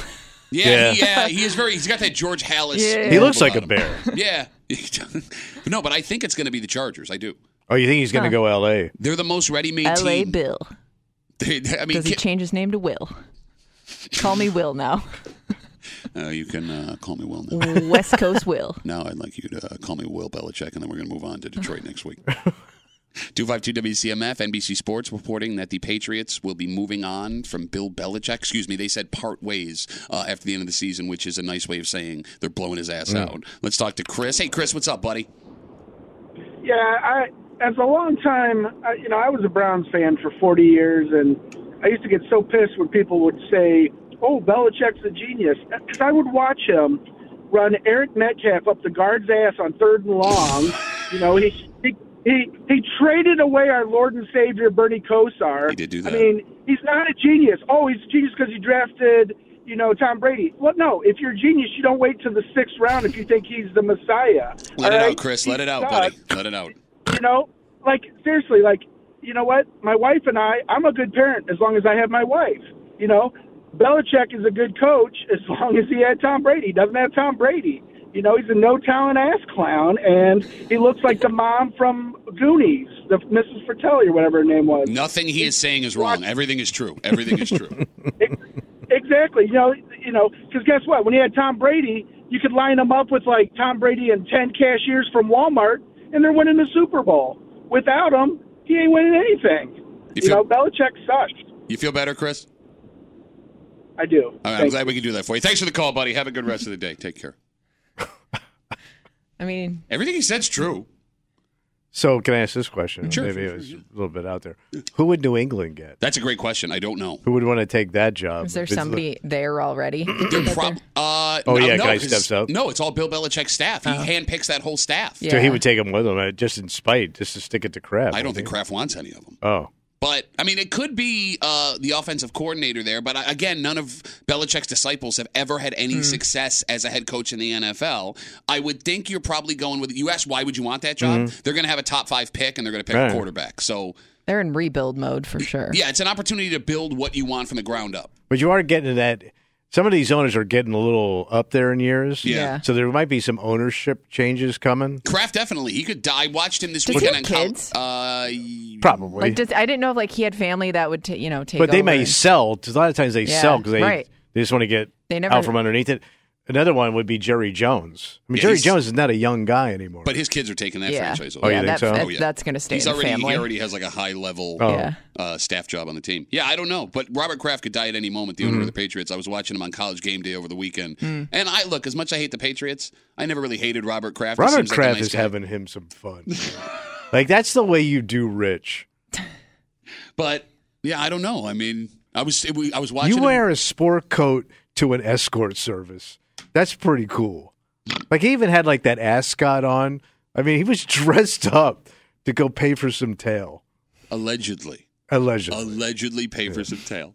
Speaker 2: Yeah,
Speaker 4: Yeah.
Speaker 2: he- yeah. He, is very. He's got that George Hallis.
Speaker 5: Yeah.
Speaker 4: He looks like a
Speaker 2: about
Speaker 4: bear.
Speaker 2: him. Yeah. no, but I think it's going to be the Chargers. I do.
Speaker 4: Oh, you think he's going to
Speaker 5: Huh.
Speaker 4: go L.A.
Speaker 2: They're the most ready-made
Speaker 5: L.A.
Speaker 2: team.
Speaker 5: Bill.
Speaker 2: They- I mean,
Speaker 5: Does he
Speaker 2: Ki-
Speaker 5: change his name to Will? Call me Will now.
Speaker 2: uh, you can uh, call me Will now.
Speaker 5: West Coast Will.
Speaker 2: Now I'd like you to uh, call me Will Belichick, and then we're going to move on to Detroit next week. 252 WCMF, NBC Sports reporting that the Patriots will be moving on from Bill Belichick. Excuse me, they said part ways uh, after the end of the season, which is a nice way of saying they're blowing his ass
Speaker 4: Mm.
Speaker 2: out. Let's talk to Chris. Hey, Chris, what's up, buddy?
Speaker 12: Yeah, I as a long time, I, you know, I was a Browns fan for 40 years, and I used to get so pissed when people would say, "Oh, Belichick's a genius," because I would watch him run Eric Metcalf up the guard's ass on third and long. you know, he he he, he traded away our Lord and Savior Bernie Kosar. He did
Speaker 2: do
Speaker 12: I mean, he's not a genius. Oh, he's a genius because he drafted. You know Tom Brady. Well, no. If you're a genius, you don't wait till the sixth round if you think he's the messiah.
Speaker 2: Let
Speaker 12: All
Speaker 2: it
Speaker 12: right?
Speaker 2: out, Chris. Let it out,
Speaker 12: sucks.
Speaker 2: buddy. Let it out.
Speaker 12: you know, like seriously, like you know what? My wife and I, I'm a good parent as long as I have my wife. You know, Belichick is a good coach as long as he had Tom Brady. He doesn't have Tom Brady. You know, he's a no talent ass clown, and he looks like the mom from Goonies, the Mrs. Fratelli or whatever her name was.
Speaker 2: Nothing he is saying is wrong. Everything is true. Everything is true.
Speaker 12: Exactly. You know, you know, because guess what? When you had Tom Brady, you could line him up with like Tom Brady and ten cashiers from Walmart, and they're winning the Super Bowl. Without him, he ain't winning anything. You, know, Belichick sucks.
Speaker 2: You feel better, Chris?
Speaker 12: I do.
Speaker 2: All right, I'm
Speaker 12: Thank
Speaker 2: glad we could do that for you. Thanks for the call, buddy. Have a good rest of the day. Take care.
Speaker 5: I mean,
Speaker 2: Everything he said's true.
Speaker 4: So, can I ask this question?
Speaker 2: Sure,
Speaker 4: Maybe
Speaker 2: sure,
Speaker 4: it was a little bit out there. Who would New England get?
Speaker 2: That's a great question. I don't know.
Speaker 4: Who would want to take that job?
Speaker 5: is there
Speaker 4: If it's-
Speaker 5: somebody there already? That
Speaker 2: Prob-
Speaker 5: they're-
Speaker 2: uh,
Speaker 4: Oh,
Speaker 2: no,
Speaker 4: yeah,
Speaker 2: no,
Speaker 4: guy
Speaker 2: 'cause-
Speaker 4: steps up.
Speaker 2: No, it's all Bill Belichick's staff.
Speaker 5: Uh-huh.
Speaker 2: He handpicks that whole staff.
Speaker 4: So he would take them with him, uh, just in spite, just to stick it to Kraft.
Speaker 2: I don't
Speaker 4: wouldn't
Speaker 2: think
Speaker 4: he?
Speaker 2: Kraft wants any of them.
Speaker 4: Oh,
Speaker 2: But I mean, it could be uh, the offensive coordinator there. But I- again, none of Belichick's disciples have ever had any
Speaker 5: Hmm.
Speaker 2: success as a head coach in the NFL. I would think you're probably going with. You asked why would you want that job?
Speaker 4: Mm-hmm.
Speaker 5: Mhm.
Speaker 2: They're going to have a top five pick and they're going to pick
Speaker 5: Right.
Speaker 2: a quarterback. So
Speaker 5: They're in rebuild mode for sure.
Speaker 2: yeah, it's an opportunity to build what you want from the ground up.
Speaker 4: but you are getting to that. Some of these owners are getting a little up there in years.
Speaker 2: Yeah. Yeah.
Speaker 4: So there might be some ownership changes coming.
Speaker 2: Kraft definitely. He could die. I watched him this
Speaker 5: Does he
Speaker 2: weekend.
Speaker 5: have
Speaker 2: on
Speaker 5: kids?
Speaker 2: Uh,
Speaker 4: Probably.
Speaker 5: Like, does, I didn't know if like he had family that would ta- you know take.
Speaker 4: but they
Speaker 5: over
Speaker 4: may
Speaker 5: and-
Speaker 4: sell. 'cause A lot of times they
Speaker 5: Yeah,
Speaker 4: sell because they
Speaker 5: right.
Speaker 4: they just want to get
Speaker 5: They never-
Speaker 4: out from underneath it. Another one would be Jerry Jones. I mean,
Speaker 2: Yeah,
Speaker 4: Jerry
Speaker 2: he's-
Speaker 4: Jones is not a young guy anymore.
Speaker 2: But his kids are taking that
Speaker 5: Yeah.
Speaker 2: franchise.
Speaker 4: Oh, you Yeah, think that- so? that-
Speaker 5: that's gonna stay
Speaker 2: He's
Speaker 5: in the
Speaker 2: already
Speaker 5: family.
Speaker 2: he already has like a high level
Speaker 4: Oh. Yeah.
Speaker 2: uh, staff job on the team. Yeah, I don't know, but Robert Kraft could die at any moment. The
Speaker 4: Mm-hmm.
Speaker 2: owner of the Patriots. I was watching him on College Game Day over the weekend,
Speaker 4: Mm.
Speaker 2: and I look as much as I hate the Patriots. I never really hated Robert Kraft. He
Speaker 4: Robert
Speaker 2: seems like a
Speaker 4: Kraft
Speaker 2: nice
Speaker 4: is
Speaker 2: guy.
Speaker 4: having him some fun. like that's the way you do rich.
Speaker 2: but yeah, I don't know. I mean, I was it, was- I was watching.
Speaker 4: you
Speaker 2: him-
Speaker 4: wear a sport coat to an escort service. That's pretty cool. Like he even had like that ascot on. I mean, he was dressed up to go pay for some tail.
Speaker 2: allegedly,
Speaker 4: Allegedly.
Speaker 2: allegedly pay for some tail.